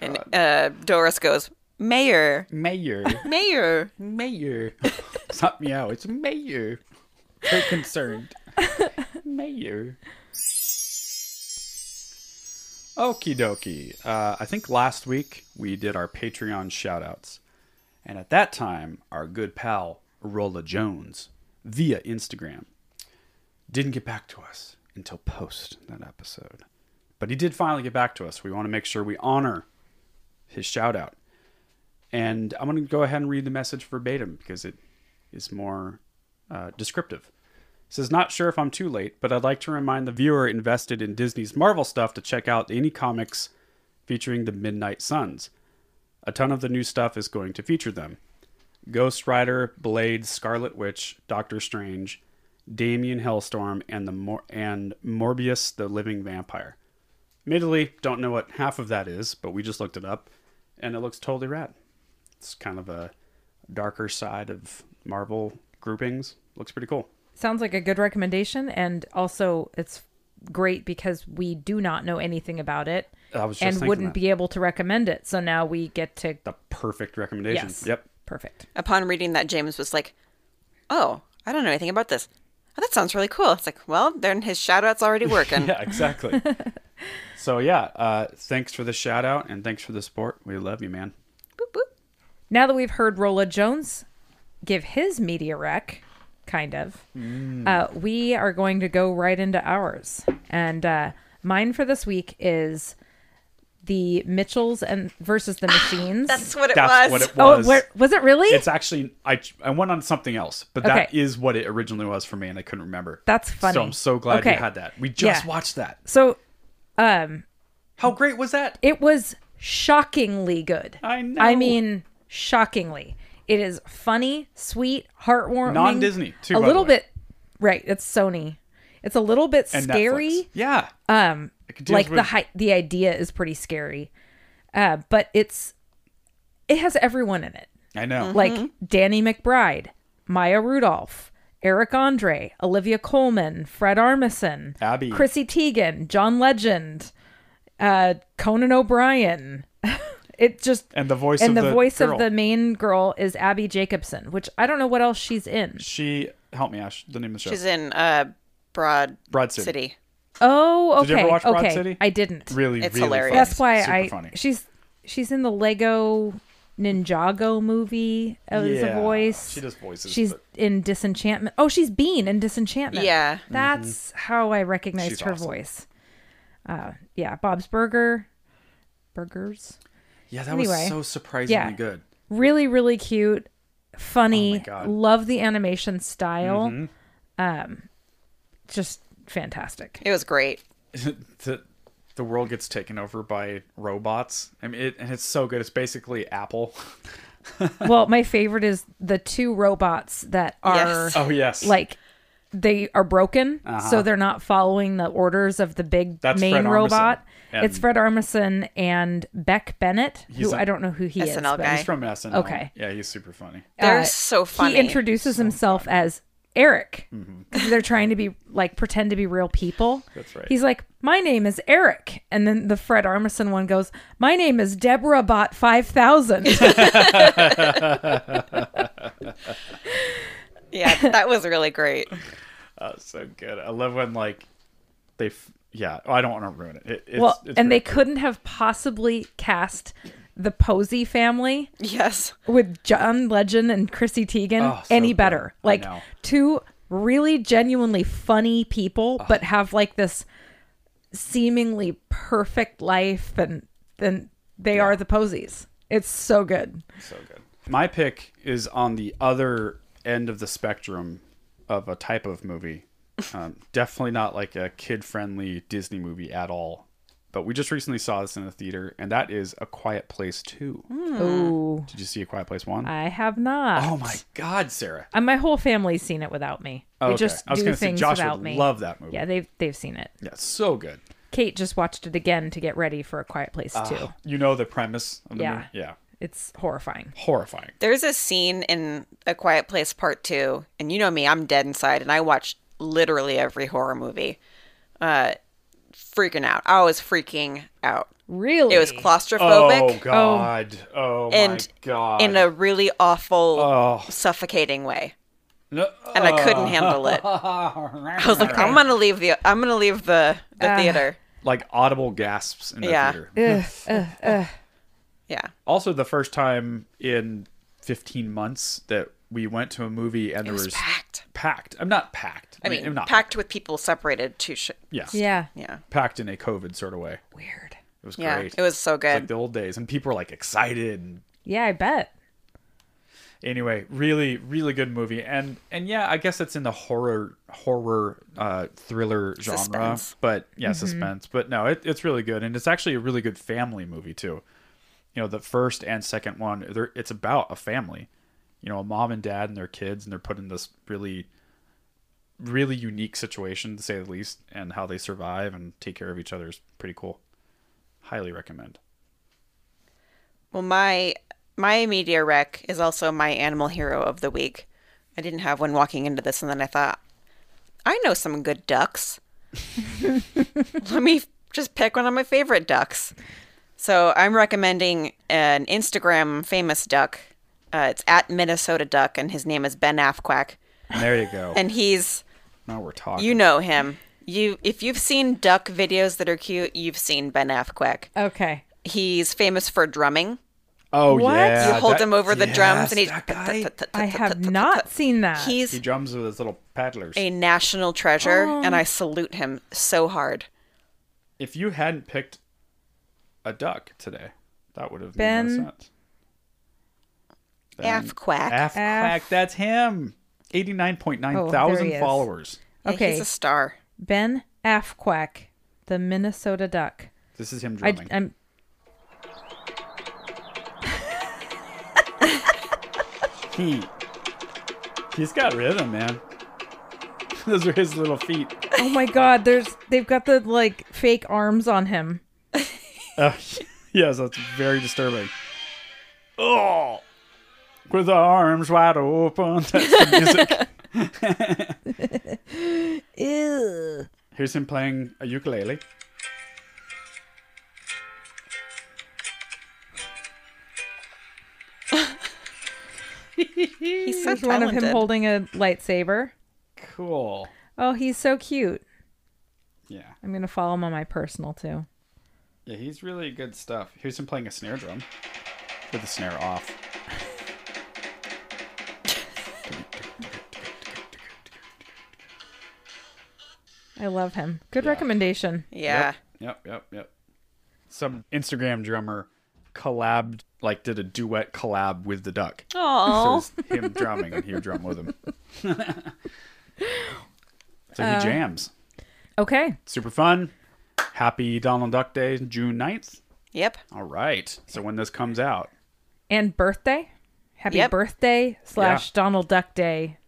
[SPEAKER 3] And uh, Doris goes, Mayor,
[SPEAKER 2] Mayor.
[SPEAKER 3] Mayor.
[SPEAKER 2] Mayor. it's not meow, it's Mayor. So concerned. Mayor. Okie dokie. Uh, I think last week we did our Patreon shout outs. And at that time, our good pal, Rolla Jones, via Instagram, didn't get back to us until post that episode. But he did finally get back to us. We want to make sure we honor his shout out. And I'm going to go ahead and read the message verbatim because it is more uh, descriptive. It says, Not sure if I'm too late, but I'd like to remind the viewer invested in Disney's Marvel stuff to check out any comics featuring the Midnight Suns. A ton of the new stuff is going to feature them Ghost Rider, Blade, Scarlet Witch, Doctor Strange, Damien Hellstorm, and, the Mor- and Morbius the Living Vampire. Admittedly, don't know what half of that is, but we just looked it up, and it looks totally rad. It's kind of a darker side of Marvel groupings. Looks pretty cool.
[SPEAKER 1] Sounds like a good recommendation, and also it's great because we do not know anything about it
[SPEAKER 2] I was just
[SPEAKER 1] and
[SPEAKER 2] thinking
[SPEAKER 1] wouldn't
[SPEAKER 2] that.
[SPEAKER 1] be able to recommend it. So now we get to
[SPEAKER 2] The perfect recommendation.
[SPEAKER 1] yes,
[SPEAKER 2] Yep.
[SPEAKER 1] perfect.
[SPEAKER 3] Upon reading that, James was like, Oh, I don't know anything about this. Oh, that sounds really cool. It's like, well, then his shout out's already working.
[SPEAKER 2] Yeah, exactly. so yeah, uh, thanks for the shout out and thanks for the support. We love you, man.
[SPEAKER 3] Boop, boop.
[SPEAKER 1] Now that we've heard Rolla Jones give his media rec, kind of,
[SPEAKER 2] Mm.
[SPEAKER 1] uh, we are going to go right into ours. And uh, mine for this week is the Mitchells and versus the Machines.
[SPEAKER 3] That's what it
[SPEAKER 2] That's
[SPEAKER 3] was.
[SPEAKER 2] what it
[SPEAKER 1] oh,
[SPEAKER 2] was.
[SPEAKER 1] where, was it really?
[SPEAKER 2] it's actually I I went on something else, but that
[SPEAKER 1] Okay.
[SPEAKER 2] is what it originally was for me, and I couldn't remember.
[SPEAKER 1] That's funny.
[SPEAKER 2] So I'm so glad we
[SPEAKER 1] Okay.
[SPEAKER 2] had that. We just
[SPEAKER 1] Yeah.
[SPEAKER 2] watched that.
[SPEAKER 1] so
[SPEAKER 2] How great was that?
[SPEAKER 1] it was shockingly good.
[SPEAKER 2] I know.
[SPEAKER 1] I mean, shockingly. It is funny, sweet, heartwarming.
[SPEAKER 2] Non-Disney, too,
[SPEAKER 1] A
[SPEAKER 2] by the
[SPEAKER 1] little
[SPEAKER 2] way.
[SPEAKER 1] bit. Right. It's Sony. It's a little bit
[SPEAKER 2] And
[SPEAKER 1] scary.
[SPEAKER 2] Netflix. Yeah. Um,
[SPEAKER 1] like the hi- the idea is pretty scary uh but it's it has everyone in it
[SPEAKER 2] I know.
[SPEAKER 1] like danny mcbride maya rudolph eric andre olivia coleman fred armisen
[SPEAKER 2] Abby.
[SPEAKER 1] chrissy teigen john legend uh, Conan O'Brien. it just
[SPEAKER 2] And the voice
[SPEAKER 1] and
[SPEAKER 2] of
[SPEAKER 1] the,
[SPEAKER 2] the
[SPEAKER 1] voice
[SPEAKER 2] girl.
[SPEAKER 1] of the main girl is Abby Jacobson, which I don't know what else she's in.
[SPEAKER 2] She help me, Ash. The name of the show.
[SPEAKER 3] She's in uh, Broad,
[SPEAKER 2] Broad City.
[SPEAKER 1] Oh, okay.
[SPEAKER 2] Did you ever watch Broad
[SPEAKER 1] okay.
[SPEAKER 2] City?
[SPEAKER 1] I didn't.
[SPEAKER 2] Really,
[SPEAKER 3] It's
[SPEAKER 2] really
[SPEAKER 3] hilarious.
[SPEAKER 2] funny.
[SPEAKER 1] That's why
[SPEAKER 2] Oh, Super
[SPEAKER 1] I
[SPEAKER 2] funny.
[SPEAKER 1] she's she's in the Lego Ninjago movie as
[SPEAKER 2] Yeah,
[SPEAKER 1] a voice.
[SPEAKER 2] she does voices,
[SPEAKER 1] She's
[SPEAKER 2] but-
[SPEAKER 1] in Disenchantment. Oh, she's Bean in Disenchantment.
[SPEAKER 3] Yeah.
[SPEAKER 1] That's how I recognized
[SPEAKER 2] Mm-hmm. She's
[SPEAKER 1] her
[SPEAKER 2] awesome.
[SPEAKER 1] voice. Uh, yeah, Bob's Burger, burgers.
[SPEAKER 2] yeah, that
[SPEAKER 1] anyway.
[SPEAKER 2] was so surprisingly
[SPEAKER 1] Yeah.
[SPEAKER 2] good.
[SPEAKER 1] Really, really cute, funny.
[SPEAKER 2] Oh God. Mm-hmm.
[SPEAKER 1] Love the animation style. Um, just fantastic.
[SPEAKER 3] It was great.
[SPEAKER 2] the the world gets taken over by robots. I mean, it, and it's so good. It's basically Apple.
[SPEAKER 1] well, my favorite is the two robots that are.
[SPEAKER 3] Yes.
[SPEAKER 2] Oh yes,
[SPEAKER 1] like they are broken, so they're not following the orders of the big
[SPEAKER 2] Uh-huh. That's
[SPEAKER 1] main
[SPEAKER 2] Fred Armisen
[SPEAKER 1] robot.
[SPEAKER 2] and-
[SPEAKER 1] It's Fred Armisen and Beck Bennett, who
[SPEAKER 2] He's a-
[SPEAKER 1] I I don't know who he is.
[SPEAKER 3] SNL
[SPEAKER 1] but-
[SPEAKER 3] guy.
[SPEAKER 2] he's from SNL.
[SPEAKER 1] Okay.
[SPEAKER 2] yeah, he's super funny.
[SPEAKER 3] They're
[SPEAKER 1] uh,
[SPEAKER 3] so funny.
[SPEAKER 1] He introduces himself as Eric. 'Cause They're trying to be like pretend to be real people.
[SPEAKER 2] Mm-hmm. That's right.
[SPEAKER 1] He's like, my name is Eric, and then the Fred Armisen one goes, my name is Deborah Bot Five Thousand.
[SPEAKER 3] yeah, that was really great.
[SPEAKER 2] Uh, so good. I love when like they. f- Yeah, I don't want to ruin it. it it's,
[SPEAKER 1] well,
[SPEAKER 2] it's
[SPEAKER 1] and they
[SPEAKER 2] great.
[SPEAKER 1] couldn't have possibly cast the Posey family
[SPEAKER 3] Yes.
[SPEAKER 1] with John Legend and Chrissy Teigen
[SPEAKER 2] Oh, so
[SPEAKER 1] any
[SPEAKER 2] good.
[SPEAKER 1] better.
[SPEAKER 2] I
[SPEAKER 1] Like
[SPEAKER 2] know.
[SPEAKER 1] two really genuinely funny people, but have like this seemingly perfect life, and then they are the posies. It's so good.
[SPEAKER 2] so good. My pick is on the other end of the spectrum of a type of movie. Um, definitely not like a kid friendly Disney movie at all. But we just recently saw this in the theater, and that is A Quiet Place 2.
[SPEAKER 1] Ooh,
[SPEAKER 2] Did you see A Quiet Place 1?
[SPEAKER 1] Mm. Hmm. I have not.
[SPEAKER 2] oh my God, Sarah.
[SPEAKER 1] And my whole family's seen it without me.
[SPEAKER 2] Oh, Okay.
[SPEAKER 1] They just
[SPEAKER 2] I was
[SPEAKER 1] do
[SPEAKER 2] gonna
[SPEAKER 1] things
[SPEAKER 2] say, Josh
[SPEAKER 1] without
[SPEAKER 2] would
[SPEAKER 1] me.
[SPEAKER 2] love that movie.
[SPEAKER 1] Yeah, they've they've seen it.
[SPEAKER 2] Yeah, it's so good.
[SPEAKER 1] Kate just watched it again to get ready for A Quiet Place
[SPEAKER 2] Ah.
[SPEAKER 1] too.
[SPEAKER 2] You know the premise of the
[SPEAKER 1] Yeah.
[SPEAKER 2] movie? Yeah.
[SPEAKER 1] It's horrifying.
[SPEAKER 2] Horrifying.
[SPEAKER 3] There's a scene in A Quiet Place Part 2, and you know me, I'm dead inside, and I watch literally every horror movie. Uh, freaking out. I was freaking out.
[SPEAKER 1] Really,
[SPEAKER 3] It was
[SPEAKER 2] Oh,
[SPEAKER 3] claustrophobic
[SPEAKER 2] God. Oh, my
[SPEAKER 3] and
[SPEAKER 2] God.
[SPEAKER 3] in a really awful,
[SPEAKER 2] Oh.
[SPEAKER 3] suffocating way.
[SPEAKER 2] No-
[SPEAKER 3] And I couldn't handle it. I was like, I'm gonna leave the I'm gonna leave the, the theater.
[SPEAKER 2] like audible gasps in the
[SPEAKER 3] Yeah.
[SPEAKER 2] theater.
[SPEAKER 3] Yeah.
[SPEAKER 2] also the first time in 15 months that we went to a movie and there was,
[SPEAKER 3] It's packed.
[SPEAKER 2] packed. I'm not packed.
[SPEAKER 3] I mean,
[SPEAKER 2] I'm not
[SPEAKER 3] packed with people separated to sh-
[SPEAKER 2] Yes.
[SPEAKER 1] Yeah,
[SPEAKER 3] yeah.
[SPEAKER 2] Packed in a COVID sort of way.
[SPEAKER 1] weird.
[SPEAKER 2] It was
[SPEAKER 3] Yeah,
[SPEAKER 2] great.
[SPEAKER 3] it was so
[SPEAKER 2] It's
[SPEAKER 3] good.
[SPEAKER 2] like the old days, and people were like excited. And
[SPEAKER 1] Yeah, I bet.
[SPEAKER 2] anyway, really, really good movie. And and yeah, I guess it's in the horror horror uh, thriller genre,
[SPEAKER 3] Suspense. Mm-hmm.
[SPEAKER 2] but yeah, suspense. But no, it, it's really good, and it's actually a really good family movie too. You know, the first and second one, they're, it's about a family. You know, a mom and dad and their kids, and they're put in this really, really unique situation to say the least, and how they survive and take care of each other is pretty cool. Highly recommend.
[SPEAKER 3] Well, my my media rec is also my animal hero of the week. I didn't have one walking into this, and then I thought, I know some good ducks. Let me just pick one of my favorite ducks. So I'm recommending an Instagram famous duck. Uh, it's at Minnesota Duck, and his name is Ben Afquack,
[SPEAKER 2] And there you go.
[SPEAKER 3] and he's
[SPEAKER 2] now we're talking.
[SPEAKER 3] you know him. You if you've seen duck videos that are cute, you've seen Ben Afquack.
[SPEAKER 1] Okay.
[SPEAKER 3] He's famous for drumming.
[SPEAKER 2] Oh
[SPEAKER 1] What?
[SPEAKER 2] yeah,
[SPEAKER 1] You
[SPEAKER 3] You hold
[SPEAKER 2] that-
[SPEAKER 3] him over the drums
[SPEAKER 2] yes,
[SPEAKER 3] and he
[SPEAKER 2] that guy.
[SPEAKER 1] I have not seen that.
[SPEAKER 2] He
[SPEAKER 3] He's
[SPEAKER 2] drums with his little paddlers.
[SPEAKER 3] a national treasure and I salute him so hard.
[SPEAKER 2] If you hadn't picked a duck today, that would have made
[SPEAKER 1] Ben-
[SPEAKER 2] no sense.
[SPEAKER 3] Af quack.
[SPEAKER 2] Af
[SPEAKER 1] Af-
[SPEAKER 2] Quack, that's him. Eighty nine point nine
[SPEAKER 1] Oh,
[SPEAKER 2] thousand
[SPEAKER 1] there he is.
[SPEAKER 2] followers.
[SPEAKER 3] Yeah,
[SPEAKER 1] okay.
[SPEAKER 3] He's a star.
[SPEAKER 1] Ben Afquack, the Minnesota Duck.
[SPEAKER 2] This is him
[SPEAKER 1] I,
[SPEAKER 2] drumming.
[SPEAKER 1] I'm.
[SPEAKER 2] he, he's got rhythm, man. Those are his little feet.
[SPEAKER 1] Oh my God! There's they've got the like fake arms on him.
[SPEAKER 2] Uh, yes, that's very disturbing. Oh, with the arms wide open. That's the music.
[SPEAKER 1] Ew.
[SPEAKER 2] Here's him playing a ukulele.
[SPEAKER 3] He's so
[SPEAKER 1] There's
[SPEAKER 3] talented.
[SPEAKER 1] one of him holding a lightsaber.
[SPEAKER 2] Cool.
[SPEAKER 1] Oh, he's so cute.
[SPEAKER 2] Yeah.
[SPEAKER 1] I'm gonna follow him on my personal too.
[SPEAKER 2] Yeah, he's really good stuff. Here's him playing a snare drum with the snare off.
[SPEAKER 1] I love him. Good recommendation.
[SPEAKER 3] yeah.
[SPEAKER 2] Yep, yep, yep. Some Instagram drummer collabed, like did a duet collab with the duck.
[SPEAKER 3] Aw.
[SPEAKER 2] So it's him drumming and he would drum with him. so he jams.
[SPEAKER 1] Okay.
[SPEAKER 2] Super fun. Happy Donald Duck Day, June 9th.
[SPEAKER 3] Yep.
[SPEAKER 2] All right. So when this comes out,
[SPEAKER 1] And birthday. Happy
[SPEAKER 3] Yep.
[SPEAKER 1] birthday slash Donald Duck Day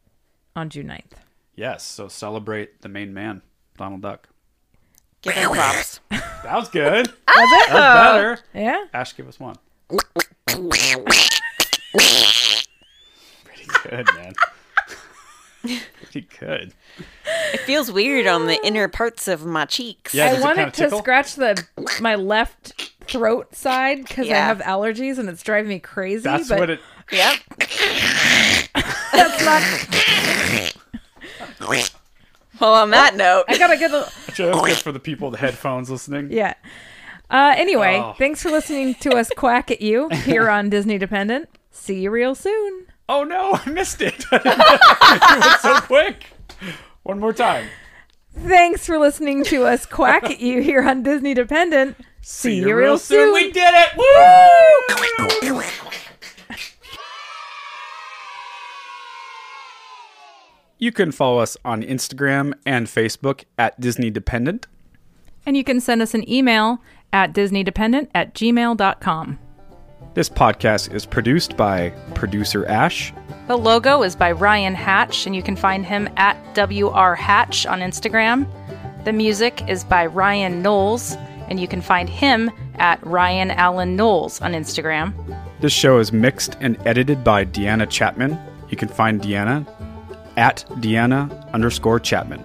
[SPEAKER 1] on June 9th.
[SPEAKER 2] yes, so celebrate the main man, Donald Duck.
[SPEAKER 3] Give him props.
[SPEAKER 2] That was good.
[SPEAKER 1] Oh.
[SPEAKER 2] That's better.
[SPEAKER 1] Yeah.
[SPEAKER 2] Ash, give us one. Pretty good, man. Pretty good.
[SPEAKER 3] It feels weird on the inner parts of my cheeks.
[SPEAKER 2] Yeah.
[SPEAKER 1] I
[SPEAKER 2] Does it kinda
[SPEAKER 1] wanted to
[SPEAKER 2] tickle?
[SPEAKER 1] scratch the my left throat side because I
[SPEAKER 3] Yeah.
[SPEAKER 1] have allergies and it's driving me crazy.
[SPEAKER 2] That's
[SPEAKER 1] but
[SPEAKER 2] what it.
[SPEAKER 3] Yep.
[SPEAKER 1] that's not.
[SPEAKER 3] Well, on that note,
[SPEAKER 1] I gotta get a
[SPEAKER 2] Actually, that's good for the people, the headphones listening.
[SPEAKER 1] yeah. Uh, anyway,
[SPEAKER 2] Oh.
[SPEAKER 1] thanks for listening to us quack at you here on Disney Dependent. See you real soon.
[SPEAKER 2] Oh no, I missed it. it was so quick. One more time.
[SPEAKER 1] Thanks for listening to us quack at you here on Disney Dependent. See, you real, soon.
[SPEAKER 2] We did it. Woo! You can follow us on Instagram and Facebook at Disney Dependent.
[SPEAKER 1] And you can send us an email at disneydependent at gmail.com.
[SPEAKER 2] This podcast is produced by producer Ash.
[SPEAKER 1] The logo is by Ryan Hatch, and you can find him at WR Hatch on Instagram. The music is by Ryan Knowles, and you can find him at Ryan Allen Knowles on Instagram.
[SPEAKER 2] This show is mixed and edited by Deanna Chapman. You can find Deanna at Deanna underscore Chapman.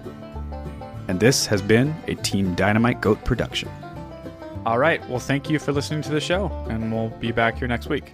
[SPEAKER 2] And this has been a Team Dynamite Goat production. All right. Well, thank you for listening to the show, and we'll be back here next week.